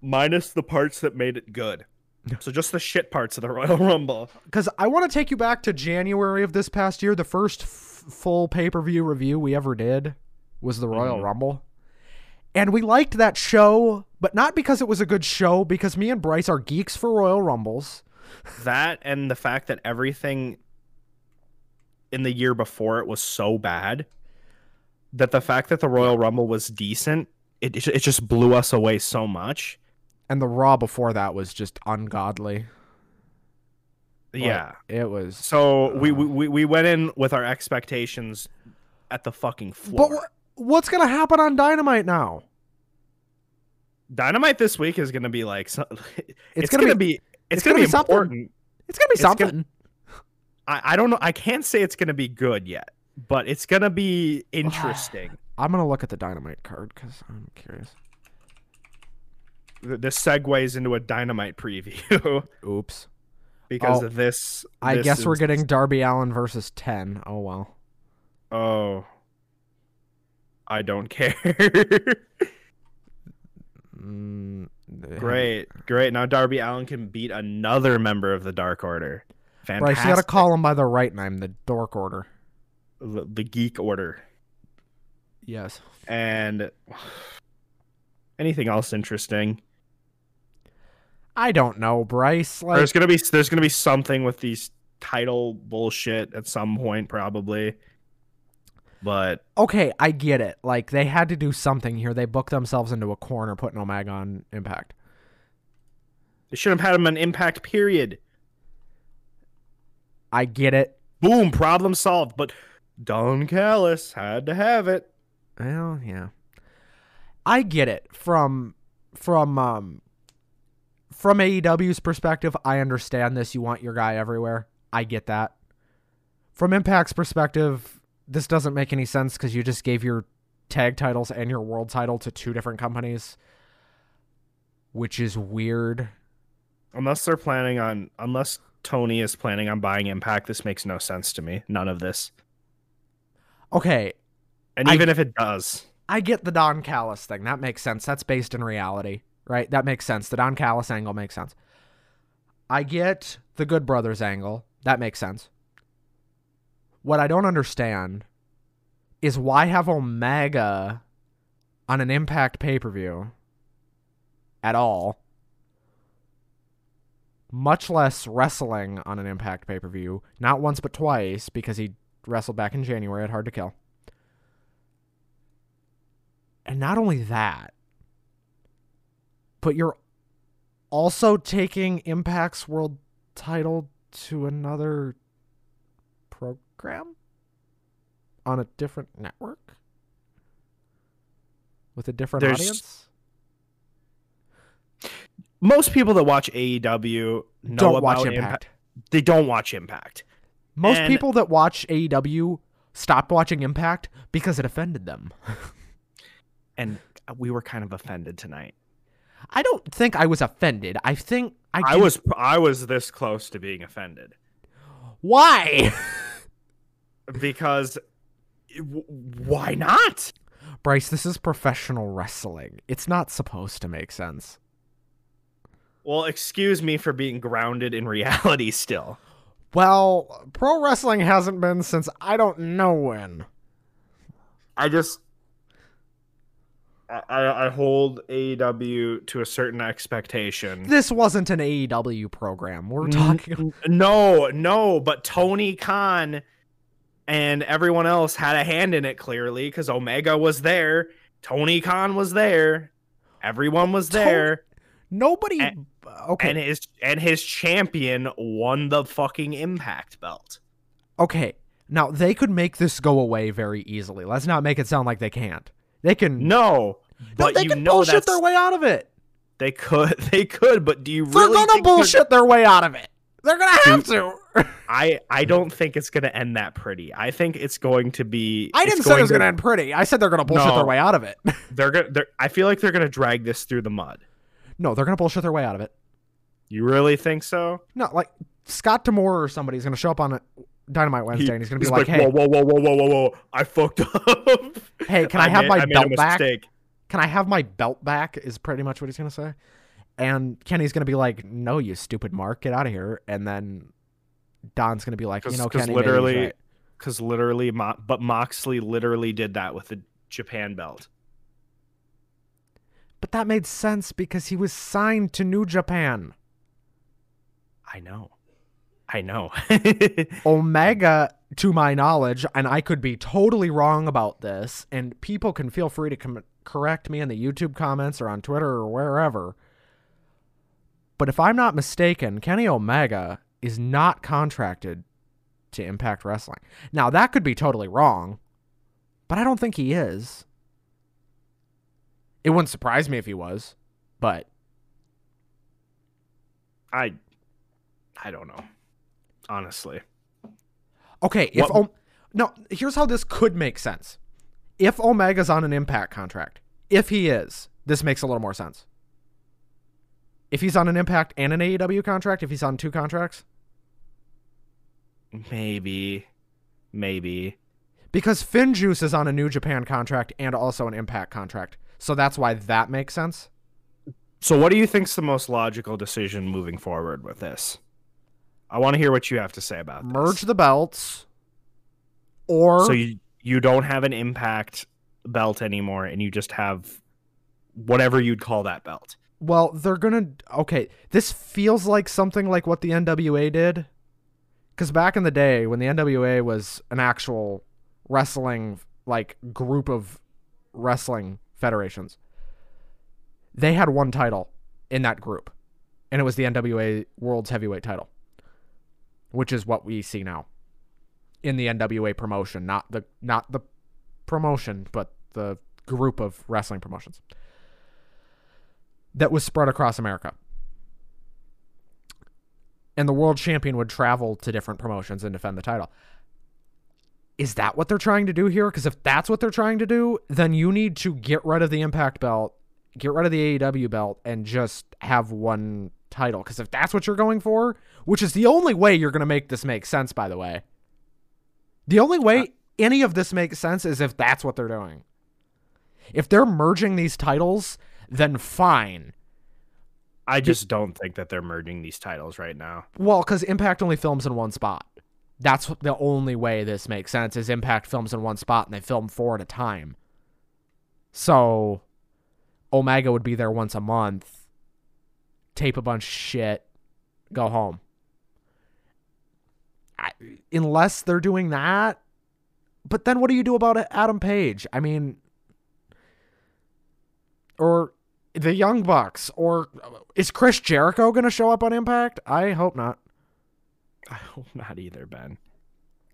Speaker 2: minus the parts that made it good. So just the shit parts of the Royal Rumble.
Speaker 1: Because I want to take you back to January of this past year. The first f- full pay per view review we ever did was the Royal
Speaker 2: Mhm.
Speaker 1: Rumble. And we liked that show, but not because it was a good show, because me and Bryce are geeks for Royal Rumbles.
Speaker 2: That and the fact that everything in the year before it was so bad that the fact that the Royal Rumble was decent, it it ju- it just blew us away so much.
Speaker 1: And the Raw before that was just ungodly. Like,
Speaker 2: Yeah. Uh.
Speaker 1: It was.
Speaker 2: So we, we- we we went in with our expectations at the fucking floor.
Speaker 1: But wh- what's going to happen on Dynamite now?
Speaker 2: Dynamite this week is going to be like so- it's,
Speaker 1: gonna
Speaker 2: going to
Speaker 1: be-
Speaker 2: be it's,
Speaker 1: it's
Speaker 2: going
Speaker 1: gonna
Speaker 2: to be
Speaker 1: be something.
Speaker 2: important.
Speaker 1: It's going to be
Speaker 2: It's gonna-
Speaker 1: something.
Speaker 2: I, I don't know. I can't say it's going to be good yet, but it's going to be interesting.
Speaker 1: I'm going to look at the Dynamite card because I'm curious.
Speaker 2: Th- this segues into a dynamite preview
Speaker 1: Oops.
Speaker 2: because
Speaker 1: Oh,
Speaker 2: of this.
Speaker 1: I
Speaker 2: this
Speaker 1: guess we're
Speaker 2: is-
Speaker 1: getting Darby Allen versus 10. Oh, well.
Speaker 2: Oh, I don't care.
Speaker 1: Mm, they have-
Speaker 2: great, great. Now Darby Allen can beat another member of the Dark Order. Fantastic.
Speaker 1: Bryce, you got to call him by the right name, the Dork Order.
Speaker 2: the, the Geek Order
Speaker 1: Yes.
Speaker 2: and anything else interesting.
Speaker 1: I don't know, Bryce. Like,
Speaker 2: there's gonna be there's gonna be something with these title bullshit at some point probably, but
Speaker 1: okay, I get it. Like, they had to do something here. They booked themselves into a corner putting Omega on Impact.
Speaker 2: they should have had him an impact period.
Speaker 1: I get it.
Speaker 2: Boom, problem solved. But Don Callis had to have it.
Speaker 1: Well, yeah. I get it from from um from AEW's perspective, I understand this. You want your guy everywhere. I get that. From Impact's perspective, this doesn't make any sense because you just gave your tag titles and your world title to two different companies, which is weird.
Speaker 2: Unless they're planning on, unless Tony is planning on buying Impact, this makes no sense to me. None of this.
Speaker 1: Okay,
Speaker 2: And
Speaker 1: I-
Speaker 2: even if it does,
Speaker 1: I get the Don Callis thing. That makes sense. That's based in reality, right? That makes sense. The Don Callis angle makes sense. I get the Good Brothers angle. That makes sense. What I don't understand is why have Omega on an Impact pay per view at all, much less wrestling on an Impact pay per view, not once but twice because he wrestled back in January at Hard to Kill. And not only that, but you're also taking Impact's world title to another program on a different network with a different
Speaker 2: There's-
Speaker 1: audience.
Speaker 2: most people that watch AEW know
Speaker 1: Don't
Speaker 2: about
Speaker 1: watch Impact.
Speaker 2: Impact. They don't watch Impact.
Speaker 1: Most
Speaker 2: And-
Speaker 1: people that watch AEW stopped watching Impact because it offended them.
Speaker 2: And we were kind of offended tonight.
Speaker 1: I don't think I was offended. I think I,
Speaker 2: I
Speaker 1: didn't-
Speaker 2: was I was this close to being offended
Speaker 1: Why?
Speaker 2: because w- why not?
Speaker 1: Bryce, this is professional wrestling. It's not supposed to make sense.
Speaker 2: Well, excuse me for being grounded in reality still.
Speaker 1: Well, pro wrestling hasn't been since I don't know when.
Speaker 2: I just I- I, I hold AEW to a certain expectation.
Speaker 1: This wasn't an AEW program. We're
Speaker 2: Mm-hmm.
Speaker 1: talking.
Speaker 2: No, no, but Tony Khan and everyone else had a hand in it clearly because Omega was there, Tony Khan was there, everyone was
Speaker 1: Tony-
Speaker 2: there,
Speaker 1: Nobody.
Speaker 2: And-
Speaker 1: okay.
Speaker 2: and his and his champion won the fucking Impact belt.
Speaker 1: okay. Now, they could make this go away very easily. Let's not make it sound like they can't. They can.
Speaker 2: No, but
Speaker 1: they
Speaker 2: you
Speaker 1: can
Speaker 2: know
Speaker 1: bullshit
Speaker 2: that's
Speaker 1: their way out of it.
Speaker 2: they could they could, but do you
Speaker 1: They're
Speaker 2: really
Speaker 1: gonna
Speaker 2: think they're-
Speaker 1: bullshit their way out of it. They're gonna have to.
Speaker 2: I I don't think it's going to end that pretty. I think it's going to be.
Speaker 1: I
Speaker 2: it's
Speaker 1: didn't say it was
Speaker 2: to-
Speaker 1: gonna end pretty. I said they're gonna bullshit
Speaker 2: No.
Speaker 1: their way out of it.
Speaker 2: They're gonna. They're, I feel like they're going to drag this through the mud.
Speaker 1: no, they're gonna bullshit their way out of it.
Speaker 2: You really think so?
Speaker 1: No, like Scott Demore or somebody's gonna show up on a Dynamite Wednesday and he's gonna be like, "Hey,
Speaker 2: whoa, whoa, whoa, whoa, whoa, whoa! I fucked up.
Speaker 1: hey, can I, have
Speaker 2: made-
Speaker 1: my
Speaker 2: I made a
Speaker 1: belt back?
Speaker 2: mistake.
Speaker 1: Can I have my belt back?" Is pretty much what he's gonna say. And Kenny's gonna be like, "No, you stupid Mark, get out of here." And then Don's gonna be like, "You
Speaker 2: Cause-
Speaker 1: know,
Speaker 2: 'cause
Speaker 1: Kenny,
Speaker 2: literally-
Speaker 1: maybe he's right."
Speaker 2: Because literally, Mo- but Moxley literally did that with the Japan belt.
Speaker 1: But that made sense because he was signed to New Japan.
Speaker 2: I know. I know.
Speaker 1: Omega, to my knowledge, and I could be totally wrong about this, and people can feel free to com- correct me in the YouTube comments or on Twitter or wherever. But if I'm not mistaken, Kenny Omega is not contracted to Impact Wrestling. Now, that could be totally wrong, but I don't think he is. It wouldn't surprise me if he was, but
Speaker 2: I. I don't know. Honestly.
Speaker 1: Okay, if
Speaker 2: What-
Speaker 1: Om- no, here's how this could make sense. If Omega's on an Impact contract, if he is, this makes a little more sense. If he's on an Impact and an AEW contract, if he's on two contracts,
Speaker 2: Maybe. Maybe.
Speaker 1: because Finjuice is on a New Japan contract and also an Impact contract, so that's why that makes sense.
Speaker 2: So, what do you think's the most logical decision moving forward with this? I want to hear what you have to say about this.
Speaker 1: Merge the belts, or
Speaker 2: Uh, So you you don't have an impact belt anymore, and you just have whatever you'd call that belt.
Speaker 1: Well, they're gonna okay. This feels like something like what the NWA did, because back in the day when the NWA was an actual wrestling like group of wrestling federations, they had one title in that group, and it was the NWA World's Heavyweight Title, which is what we see now in the NWA promotion, not the not the promotion, but the group of wrestling promotions that was spread across America. And the world champion would travel to different promotions and defend the title. Is that what they're trying to do here? Because if that's what they're trying to do, then you need to get rid of the Impact belt, get rid of the AEW belt, and just have one title. Because if that's what you're going for, which is the only way you're going to make this make sense, by the way, the only way any of this makes sense is if that's what they're doing. If they're merging these titles, then fine.
Speaker 2: I just don't think that they're merging these titles right now.
Speaker 1: Well, because Impact only films in one spot. That's the only way this makes sense is Impact films in one spot and they film four at a time. So Omega would be there once a month, tape a bunch of shit, go home. I, unless they're doing that, but then what do you do about Adam Page? I mean, or the Young Bucks, or is Chris Jericho going to show up on Impact? I hope not.
Speaker 2: I hope not either, Ben.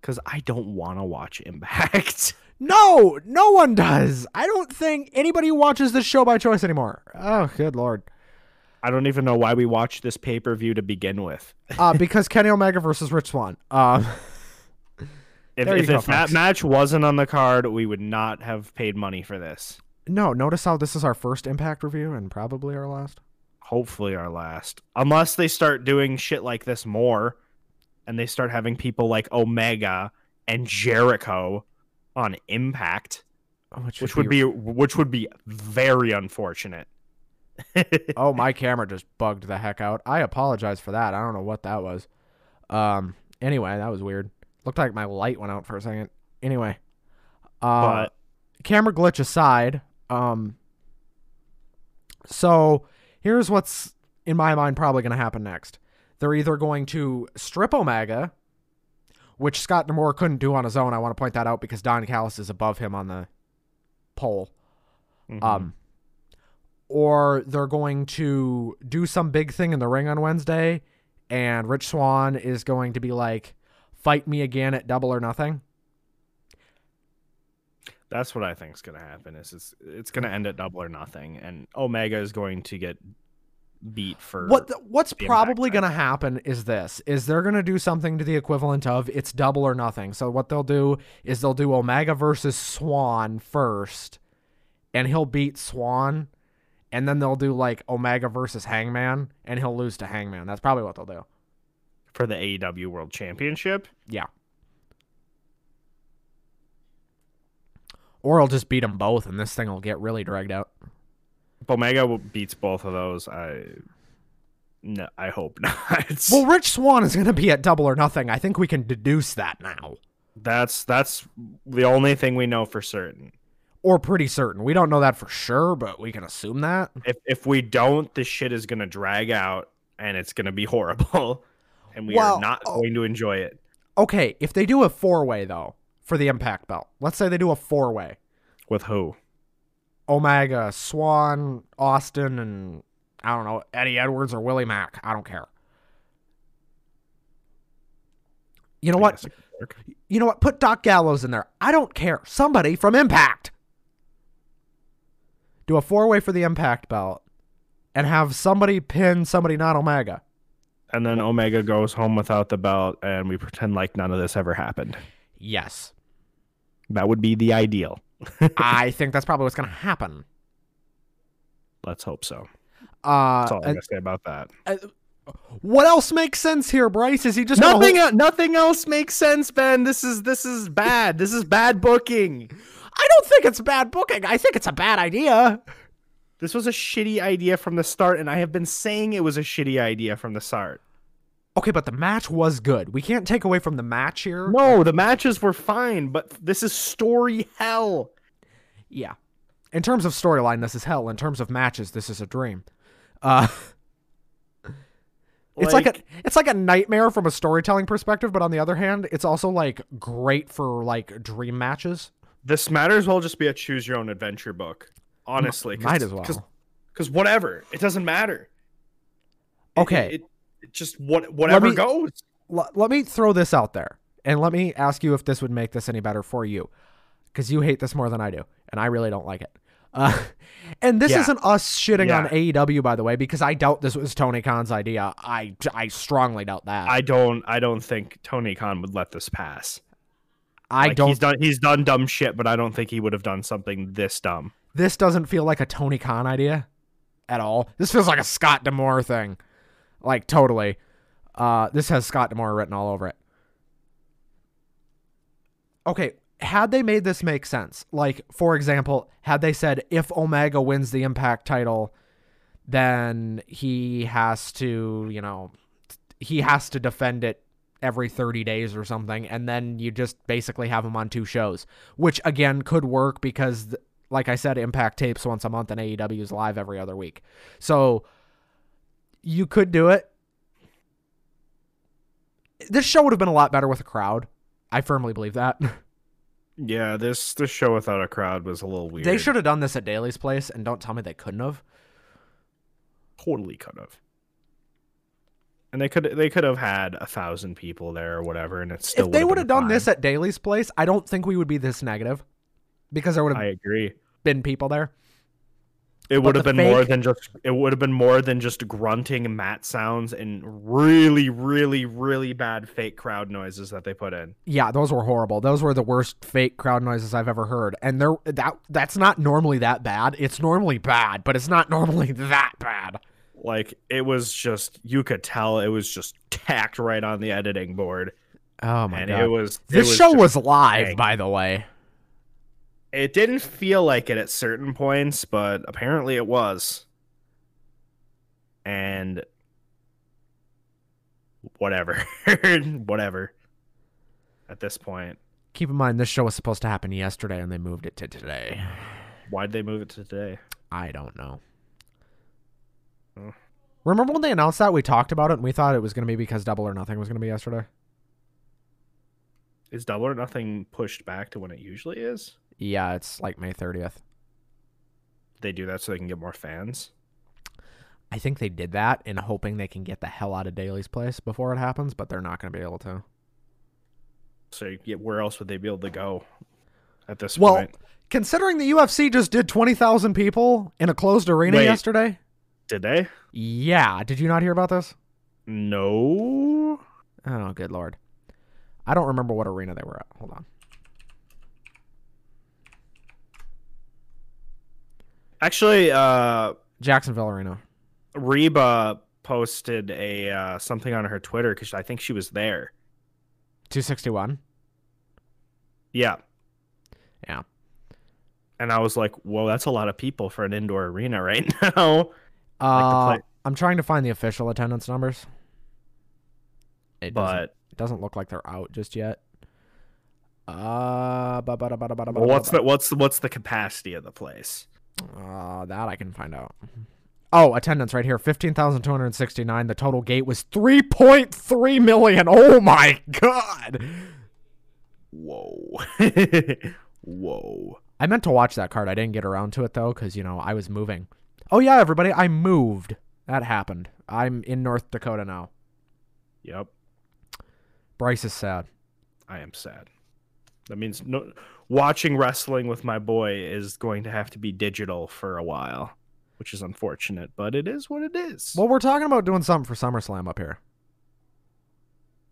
Speaker 2: Because I don't want to watch Impact.
Speaker 1: No, no one does. I don't think anybody watches this show by choice anymore. Oh, good lord.
Speaker 2: I don't even know why we watched this pay per view to begin with.
Speaker 1: Uh, because Kenny Omega versus Rich Swan. Um,
Speaker 2: If,
Speaker 1: There you
Speaker 2: if,
Speaker 1: go,
Speaker 2: if that
Speaker 1: folks.
Speaker 2: match wasn't on the card, we would not have paid money for this.
Speaker 1: no, notice how this is our first Impact review and probably our last.
Speaker 2: Hopefully, our last. Unless they start doing shit like this more and they start having people like Omega and Jericho on Impact,
Speaker 1: Which,
Speaker 2: which would be which would be very unfortunate.
Speaker 1: oh, my camera just bugged the heck out. I apologize for that. I don't know what that was. Um. Anyway, that was weird. Looked like my light went out for a second. Anyway, uh,
Speaker 2: but
Speaker 1: camera glitch aside, um. So here's what's in my mind probably going to happen next. They're either going to strip Omega, which Scott Demore couldn't do on his own. I want to point that out because Don Callis is above him on the pole
Speaker 2: mhm.
Speaker 1: um, or they're going to do some big thing in the ring on Wednesday, and Rich Swan is going to be like, "Fight me again at Double or Nothing."
Speaker 2: That's what I think is going to happen. Is it's it's going to end at double or nothing, and Omega is going to get beat for
Speaker 1: What the, what's
Speaker 2: the Impact
Speaker 1: probably
Speaker 2: match.
Speaker 1: going to happen is this: is they're going to do something to the equivalent of it's Double or Nothing. So what they'll do is they'll do Omega versus Swan first, and he'll beat Swan. And then they'll do like Omega versus Hangman, and he'll lose to Hangman. That's probably what they'll do.
Speaker 2: for the AEW World Championship.
Speaker 1: Yeah. Or I'll just beat them both, and this thing will get really dragged out.
Speaker 2: If Omega w- beats both of those, I no, I hope not.
Speaker 1: Well, Rich Swan is going to be at double or nothing. I think we can deduce that now,
Speaker 2: that's that's the only thing we know for certain.
Speaker 1: or pretty certain. We don't know that for sure, but we can assume that.
Speaker 2: If if we don't, this shit is going to drag out, and it's going to be horrible, and we
Speaker 1: Well,
Speaker 2: are not
Speaker 1: oh.
Speaker 2: going to enjoy it.
Speaker 1: Okay, if they do a four way though for the Impact Belt, let's say they do a four way:
Speaker 2: With who?
Speaker 1: Omega, Swan, Austin, and I don't know Eddie Edwards or Willie Mack. I don't care. You know
Speaker 2: I
Speaker 1: what?
Speaker 2: guess it could work.
Speaker 1: you know what? Put Doc Gallows in there. I don't care. Somebody from Impact. Do a four way for the Impact belt and have somebody pin somebody not Omega.
Speaker 2: And then Omega goes home without the belt, and we pretend like none of this ever happened.
Speaker 1: Yes.
Speaker 2: That would be the ideal.
Speaker 1: I think that's probably what's going to happen.
Speaker 2: Let's hope so.
Speaker 1: Uh,
Speaker 2: That's all I
Speaker 1: and-
Speaker 2: gotta say about that.
Speaker 1: what else makes sense here, Bryce? Is he just gonna
Speaker 2: Nothing,
Speaker 1: hold-
Speaker 2: el- nothing else makes sense, Ben. This is this is bad. This is bad booking.
Speaker 1: I don't think it's bad booking. I think it's a bad idea.
Speaker 2: This was a shitty idea from the start, and I have been saying it was a shitty idea from the start.
Speaker 1: Okay, but the match was good. We can't take away from the match here.
Speaker 2: No, the matches were fine, but this is story hell.
Speaker 1: Yeah. In terms of storyline, this is hell. In terms of matches, this is a dream. Uh, it's like, a it's like a nightmare from a storytelling perspective, but on the other hand, it's also like great for like dream matches.
Speaker 2: this might as well just be a choose your own adventure book. Honestly, 'cause-
Speaker 1: Might as well.
Speaker 2: Cause, 'cause whatever, it doesn't matter. It-
Speaker 1: Okay.
Speaker 2: it, it just what whatever
Speaker 1: me-
Speaker 2: goes.
Speaker 1: L- let me throw this out there and let me ask you if this would make this any better for you. because you hate this more than I do, and I really don't like it. Uh, and this
Speaker 2: Yeah.
Speaker 1: isn't us shitting on
Speaker 2: Yeah.
Speaker 1: AEW, by the way, because I doubt this was Tony Khan's idea. I, I strongly doubt that.
Speaker 2: I don't. I don't think Tony Khan would let this pass.
Speaker 1: I
Speaker 2: Like,
Speaker 1: don't.
Speaker 2: He's done. He's done dumb shit, but I don't think he would have done something this dumb.
Speaker 1: this doesn't feel like a Tony Khan idea at all. This feels like a Scott Demore thing, like totally. Uh, this has Scott Demore written all over it. Okay, had they made this make sense, like for example, had they said if Omega wins the Impact title, then he has to, you know, he has to defend it every 30 days or something and then you just basically have him on two shows which again could work because th- like i said impact tapes once a month and aew is live every other week so you could do it this show would have been a lot better with a crowd i firmly believe that
Speaker 2: Yeah, this this show without a crowd was a little weird.
Speaker 1: they should have done this at daly's place and don't tell me they couldn't have
Speaker 2: totally could have. And they could they could have had a thousand people there or whatever, and it's still.
Speaker 1: if they
Speaker 2: would
Speaker 1: would have done this at daly's place i don't think we would be this negative because there would have
Speaker 2: I agree.
Speaker 1: been people there
Speaker 2: It would have
Speaker 1: the
Speaker 2: been more
Speaker 1: fake-
Speaker 2: than just. It would have been more than just grunting mat sounds and really, really, really bad fake crowd noises that they put in.
Speaker 1: Yeah, those were horrible. Those were the worst fake crowd noises I've ever heard. And there that that's not normally that bad. It's normally bad, but it's not normally that bad.
Speaker 2: Like it was just you could tell it was just tacked right on the editing board,
Speaker 1: Oh my
Speaker 2: and
Speaker 1: god.
Speaker 2: it was. it
Speaker 1: this show
Speaker 2: just-
Speaker 1: was live,
Speaker 2: dang.
Speaker 1: by the way.
Speaker 2: It didn't feel like it at certain points, but apparently it was. And whatever. whatever. At this point,
Speaker 1: Keep in mind this show was supposed to happen yesterday and they moved it to today.
Speaker 2: why'd they move it to today?
Speaker 1: I don't know.
Speaker 2: Hmm.
Speaker 1: Remember when they announced that we talked about it and we thought it was going to be because Double or Nothing was going to be yesterday?
Speaker 2: Is Double or Nothing pushed back to when it usually is?
Speaker 1: Yeah, it's like May 30th.
Speaker 2: They do that so they can get more fans.
Speaker 1: I think they did that in hoping they can get the hell out of Daly's place before it happens, but they're not going to be able to.
Speaker 2: So yeah, where else would they be able to go at this
Speaker 1: Well,
Speaker 2: point?
Speaker 1: considering the UFC just did 20,000 people in a closed arena
Speaker 2: Wait.
Speaker 1: yesterday?
Speaker 2: Did they?
Speaker 1: Yeah. Did you not hear about this?
Speaker 2: No.
Speaker 1: Oh, good lord. I don't remember what arena they were at. Hold on.
Speaker 2: Actually, uh
Speaker 1: Jacksonville Arena.
Speaker 2: Reba posted a uh, something on her Twitter because I think she was there.
Speaker 1: 261.
Speaker 2: Yeah.
Speaker 1: Yeah.
Speaker 2: And I was like, "Whoa, that's a lot of people for an indoor arena right now."
Speaker 1: Uh,
Speaker 2: play-
Speaker 1: I'm trying to find the official attendance numbers. It doesn't,
Speaker 2: But
Speaker 1: it doesn't look like they're out just yet. Uh, ba- ba- da- ba- da- ba- da- ba-
Speaker 2: well,
Speaker 1: da-
Speaker 2: what's
Speaker 1: ba-
Speaker 2: the what's the, what's the capacity of the place?
Speaker 1: Uh, that I can find out. Oh, attendance right here, fifteen thousand two hundred sixty-nine. The total gate was three point three million. Oh my god!
Speaker 2: Whoa, whoa.
Speaker 1: I meant to watch that card. I didn't get around to it though, because you know I was moving. Oh yeah, everybody, I moved. That happened. I'm in North Dakota now.
Speaker 2: Yep,
Speaker 1: Bryce is sad.
Speaker 2: I am sad. That means no watching wrestling with my boy is going to have to be digital for a while, which is unfortunate, but it is what it is.
Speaker 1: Well, we're talking about doing something for SummerSlam up here.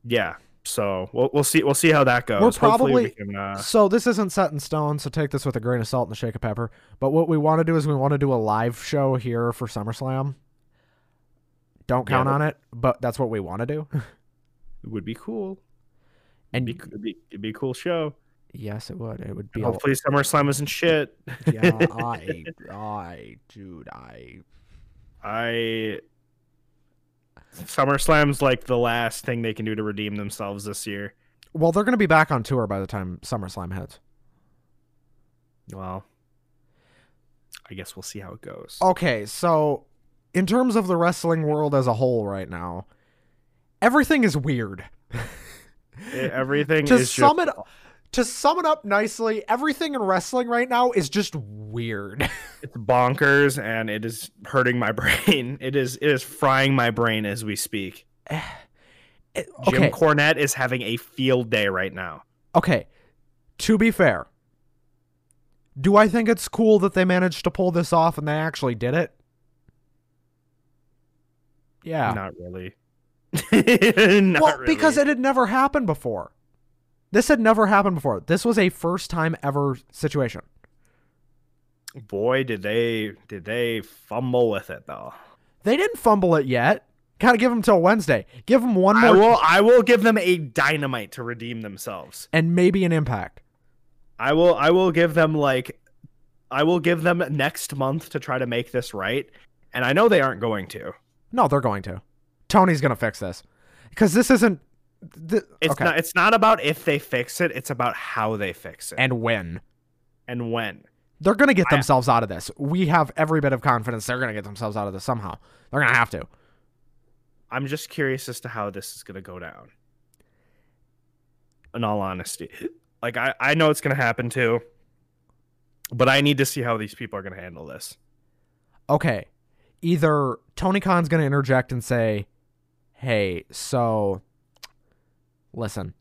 Speaker 2: yeah. So we'll we'll see we'll see how that goes. Hopefully we
Speaker 1: probably-
Speaker 2: can, uh,
Speaker 1: So this isn't set in stone. So take this with a grain of salt and a shake of pepper. But what we want to do is we want to do a live show here for SummerSlam. Don't
Speaker 2: Yeah,
Speaker 1: count
Speaker 2: but-
Speaker 1: on it, but that's what we want to do.
Speaker 2: it would be cool.
Speaker 1: And
Speaker 2: It'd be, it'd be, it'd be a cool show.
Speaker 1: yes, it would. It would be.
Speaker 2: And
Speaker 1: a-
Speaker 2: hopefully SummerSlam isn't shit.
Speaker 1: yeah, I, I, dude, I.
Speaker 2: I SummerSlam's like the last thing they can do to redeem themselves this year.
Speaker 1: Well, they're gonna be back on tour by the time SummerSlam hits.
Speaker 2: Well, I guess we'll see how it goes.
Speaker 1: Okay, so in terms of the wrestling world as a whole right now, everything is weird.
Speaker 2: E- Everything
Speaker 1: to
Speaker 2: is
Speaker 1: sum
Speaker 2: just,
Speaker 1: it to sum it up nicely, everything in wrestling right now is just weird.
Speaker 2: it's bonkers and it is hurting my brain. It is it is frying my brain as we speak.
Speaker 1: It-
Speaker 2: Jim
Speaker 1: okay,
Speaker 2: Cornette is having a field day right now.
Speaker 1: okay. To be fair, Do I think it's cool that they managed to pull this off and they actually did it? Yeah.
Speaker 2: Not really. Not
Speaker 1: well, because it
Speaker 2: really.
Speaker 1: had never happened before. This had never happened before. This was a first time ever situation.
Speaker 2: boy, did they did they fumble with it though.
Speaker 1: They didn't fumble it yet. Gotta give them till Wednesday. Give them one
Speaker 2: I
Speaker 1: more
Speaker 2: will I will give them a dynamite to redeem themselves.
Speaker 1: and maybe an impact.
Speaker 2: I will I will give them like I will give them next month to try to make this right. And I know they aren't going to.
Speaker 1: No, they're going to. Tony's gonna fix this because this isn't. Th-
Speaker 2: It's
Speaker 1: okay.
Speaker 2: not it's not about if they fix it, it's about how they fix it and,
Speaker 1: and when
Speaker 2: when.
Speaker 1: they're gonna get themselves out of this. We have every bit of confidence they're gonna get themselves out of this somehow. They're gonna have to.
Speaker 2: I'm just curious as to how this is gonna go down. In all honesty. Like I, I know it's gonna happen too. But I need to see how these people are gonna handle this.
Speaker 1: Okay, either Tony Khan's gonna interject and say, "Hey, so listen,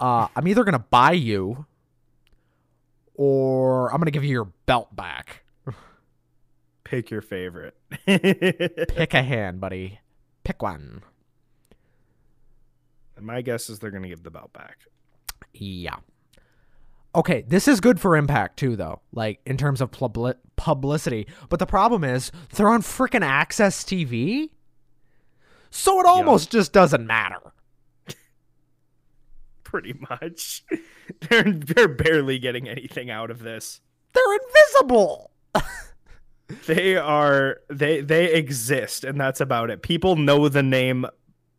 Speaker 1: uh, I'm either gonna buy you, or I'm gonna give you your belt back.
Speaker 2: Pick your favorite.
Speaker 1: Pick a hand, buddy. Pick one.
Speaker 2: My guess is they're gonna give the belt back.
Speaker 1: Yeah. Okay, this is good for impact too, though. Like in terms of publi- publicity, but the problem is they're on freaking Access TV, so it almost just doesn't matter.
Speaker 2: Pretty much. they're they're barely getting anything out of this.
Speaker 1: They're invisible.
Speaker 2: They are they they exist and that's about it. People know the name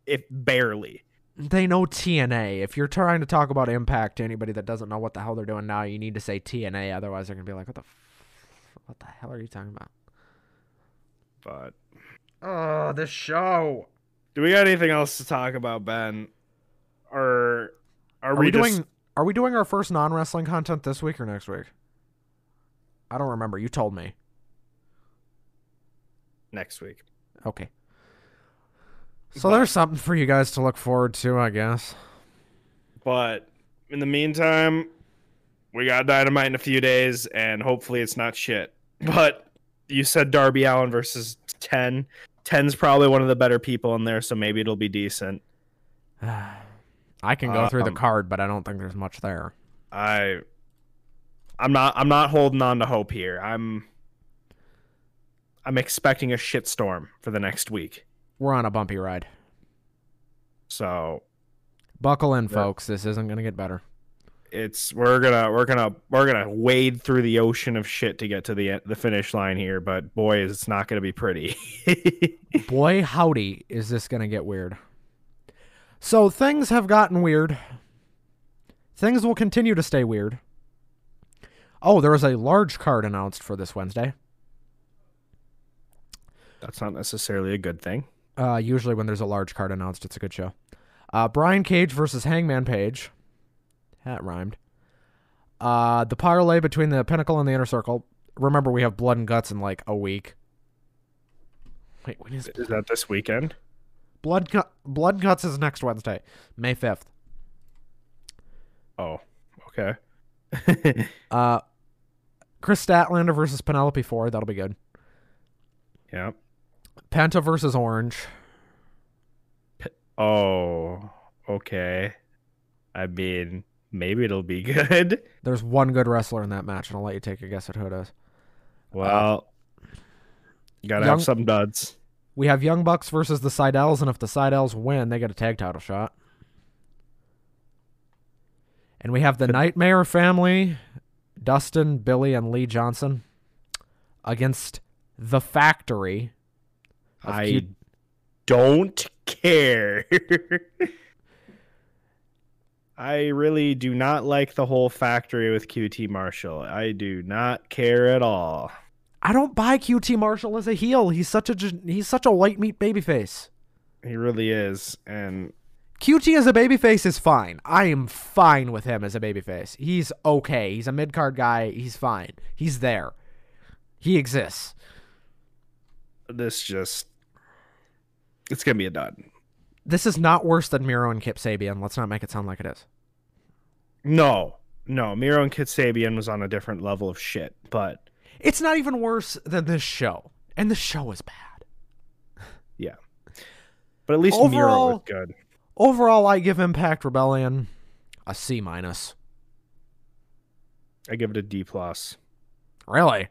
Speaker 2: if barely.
Speaker 1: They know TNA. If you're trying to talk about impact to anybody that doesn't know what the hell they're doing now, you need to say TNA. Otherwise, they're gonna be like, "What the, f- what the hell are you talking about?"
Speaker 2: But
Speaker 1: Oh, this show.
Speaker 2: do we got anything else to talk about, Ben? Or are,
Speaker 1: Are we,
Speaker 2: just-
Speaker 1: doing? Are we doing our first non wrestling content this week or next week? I don't remember. You told me.
Speaker 2: next week?
Speaker 1: Okay. So
Speaker 2: But-
Speaker 1: there's something for you guys to look forward to, I guess.
Speaker 2: But in the meantime, we got dynamite in a few days, and hopefully it's not shit. But you said Darby Allen versus Ten. Ten's probably one of the better people in there, so maybe it'll be decent.
Speaker 1: I can go through the
Speaker 2: Um,
Speaker 1: card, but I don't think there's much there.
Speaker 2: I, I'm not, I'm not holding on to hope here. I'm, I'm expecting a shitstorm for the next week.
Speaker 1: We're on a bumpy ride.
Speaker 2: So
Speaker 1: Buckle in, folks. This isn't going to get better.
Speaker 2: it's we're gonna we're gonna we're gonna wade through the ocean of shit to get to the the finish line here. But boy, is it's not gonna be pretty.
Speaker 1: Boy, howdy, is this going to get weird. So things have gotten weird. Things will continue to stay weird. Oh, there was a large card announced for this Wednesday.
Speaker 2: That's not necessarily a good thing.
Speaker 1: Uh, usually, when there's a large card announced, it's a good show. Uh, Brian Cage versus Hangman Page. That rhymed. Uh, the parlay between the Pinnacle and the Inner Circle. Remember, we have Blood and Guts in like a week. Wait, when is
Speaker 2: Is that this weekend?
Speaker 1: Blood? Gu- Blood and Guts is next Wednesday, May fifth.
Speaker 2: Oh, okay.
Speaker 1: Uh, Chris Statlander versus Penelope Ford. That'll be good.
Speaker 2: yeah.
Speaker 1: Penta versus Orange.
Speaker 2: Oh, okay. I mean, maybe it'll be good.
Speaker 1: There's one good wrestler in that match, and I'll let you take a guess at who it is.
Speaker 2: Well, you gotta
Speaker 1: Young-
Speaker 2: have some duds.
Speaker 1: We have Young Bucks versus the Seidels, and if the Seidels win, they get a tag title shot. And we have the Nightmare family, Dustin, Billy, and Lee Johnson against the Factory. of
Speaker 2: I
Speaker 1: Q-
Speaker 2: don't care. I really do not like the whole factory with QT Marshall. I do not care at all.
Speaker 1: I don't buy QT Marshall as a heel. He's such a j- he's such a white meat babyface.
Speaker 2: He really is. And
Speaker 1: QT as a babyface is fine. I am fine with him as a babyface. He's okay. He's a mid card guy. He's fine. He's there. He exists.
Speaker 2: this just it's gonna be a dud.
Speaker 1: This is not worse than Miro and Kip Sabian. Let's not make it sound like it is.
Speaker 2: No. no, Miro and Kit Sabian was on a different level of shit, but
Speaker 1: It's not even worse than this show, and the show is bad.
Speaker 2: but at least Miro was
Speaker 1: Overall-
Speaker 2: good.
Speaker 1: Overall, I give Impact Rebellion a C minus.
Speaker 2: I give it a D plus.
Speaker 1: Really,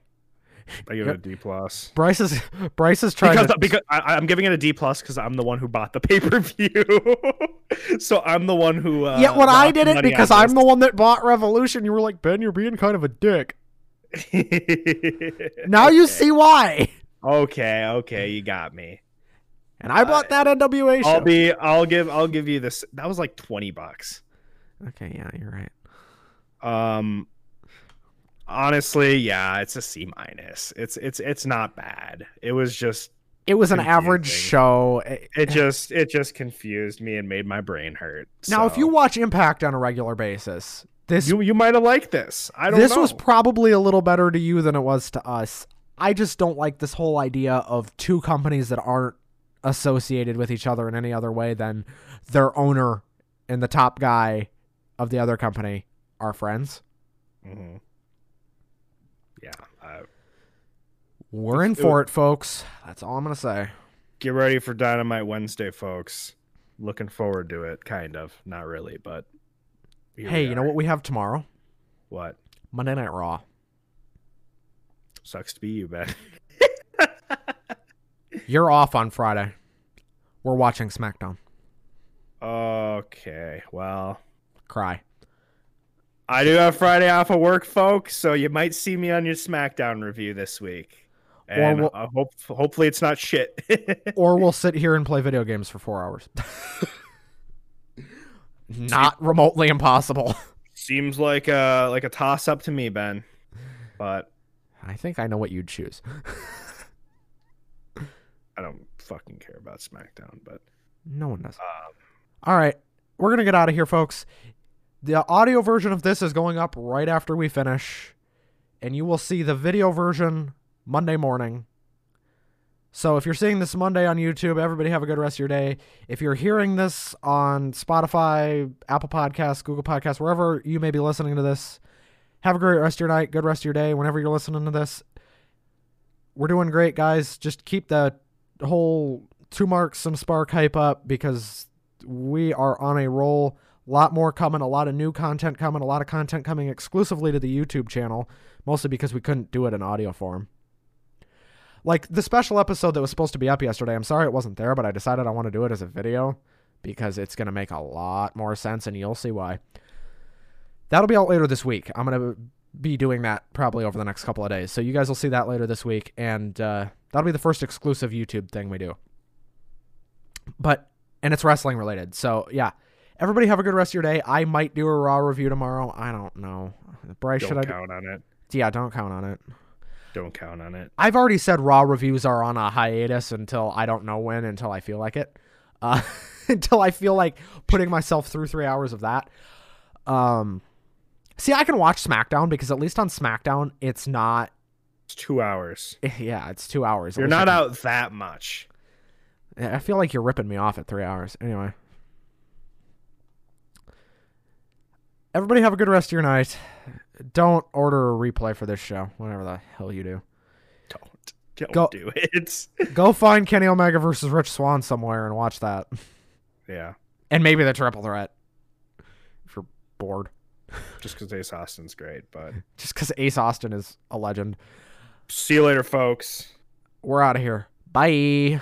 Speaker 2: I give
Speaker 1: Yep.
Speaker 2: it a D plus.
Speaker 1: Bryce is Bryce is trying
Speaker 2: Because,
Speaker 1: to
Speaker 2: because I, I'm giving it a D plus because I'm the one who bought the pay per view, so I'm the one who. Uh,
Speaker 1: yeah, when I did it because I'm
Speaker 2: the.
Speaker 1: the one that bought Revolution, you were like, Ben, you're being kind of a dick. Now you see why.
Speaker 2: Okay, okay, you got me.
Speaker 1: And I bought that NWA show.
Speaker 2: I'll be. I'll give. I'll give you this. That was like twenty bucks.
Speaker 1: okay, yeah, you're right.
Speaker 2: Um, honestly, yeah, it's a C minus. It's it's it's not bad. It was just
Speaker 1: It was an average
Speaker 2: Confusing.
Speaker 1: show. It-
Speaker 2: it just it just confused me and made my brain hurt.
Speaker 1: Now, if
Speaker 2: So,
Speaker 1: you watch Impact on a regular basis, this
Speaker 2: you you might have liked this. I don't.
Speaker 1: this
Speaker 2: know.
Speaker 1: was probably a little better to you than it was to us. I just don't like this whole idea of two companies that aren't associated with each other in any other way than their owner and the top guy of the other company are friends.
Speaker 2: Mhm. Yeah. Uh,
Speaker 1: We're in
Speaker 2: do
Speaker 1: for it, folks. That's all I'm gonna say.
Speaker 2: get ready for Dynamite Wednesday, folks. Looking forward to it, kind of. Not really, but. here
Speaker 1: hey,
Speaker 2: we
Speaker 1: you know
Speaker 2: are.
Speaker 1: what we have tomorrow?
Speaker 2: What
Speaker 1: Monday Night Raw.
Speaker 2: sucks to be you, Ben.
Speaker 1: You're off on Friday. We're watching SmackDown.
Speaker 2: okay. Well,
Speaker 1: Cry.
Speaker 2: I do have Friday off of work, folks, so you might see me on your SmackDown review this week. And
Speaker 1: we'll-
Speaker 2: uh, hope, hopefully it's not shit.
Speaker 1: Or we'll sit here and play video games for four hours. Not remotely impossible.
Speaker 2: Seems like a like a toss up to me, Ben. But
Speaker 1: I think I know what you'd choose.
Speaker 2: I don't fucking care about SmackDown. But
Speaker 1: No one does.
Speaker 2: um,
Speaker 1: All right. We're going to get out of here, folks. The audio version of this is going up right after we finish, and you will see the video version Monday morning. So if you're seeing this Monday on YouTube, everybody have a good rest of your day. If you're hearing this on Spotify, Apple Podcasts, Google Podcasts, wherever you may be listening to this, have a great rest of your night, good rest of your day, whenever you're listening to this. We're doing great, guys. Just keep the whole two marks, some spark hype up because we are on a roll. A lot more coming, a lot of new content coming, a lot of content coming exclusively to the YouTube channel, mostly because we couldn't do it in audio form. Like the special episode that was supposed to be up yesterday, I'm sorry it wasn't there, but I decided I want to do it as a video because it's going to make a lot more sense and you'll see why. That'll be out later this week. I'm going to be doing that probably over the next couple of days. So you guys will see that later this week, and uh, that'll be the first exclusive YouTube thing we do. But and it's wrestling related. So yeah, everybody have a good rest of your day. I might do a Raw review tomorrow. I don't know. Bryce,
Speaker 2: don't
Speaker 1: should I? do-
Speaker 2: count on it.
Speaker 1: Yeah, don't count on it.
Speaker 2: Don't count on it.
Speaker 1: I've already said raw reviews are on a hiatus until I don't know when, until I feel like it, uh, until I feel like putting myself through three hours of that. Um, see, I can watch SmackDown because at least on SmackDown, it's not.
Speaker 2: It's two hours.
Speaker 1: Yeah, it's two hours. At
Speaker 2: You're
Speaker 1: least I
Speaker 2: not
Speaker 1: can-
Speaker 2: out that much.
Speaker 1: I feel like you're ripping me off at three hours. Anyway. Everybody have a good rest of your night. Don't order a replay for this show, whatever the hell you do.
Speaker 2: Don't. Don't
Speaker 1: Go-
Speaker 2: do it.
Speaker 1: Go find Kenny Omega versus Rich Swan somewhere and watch that.
Speaker 2: yeah.
Speaker 1: and maybe the triple threat if you're bored
Speaker 2: Just because Ace Austin's great. But
Speaker 1: just because ace austin is a legend
Speaker 2: see you later, folks.
Speaker 1: we're out of here bye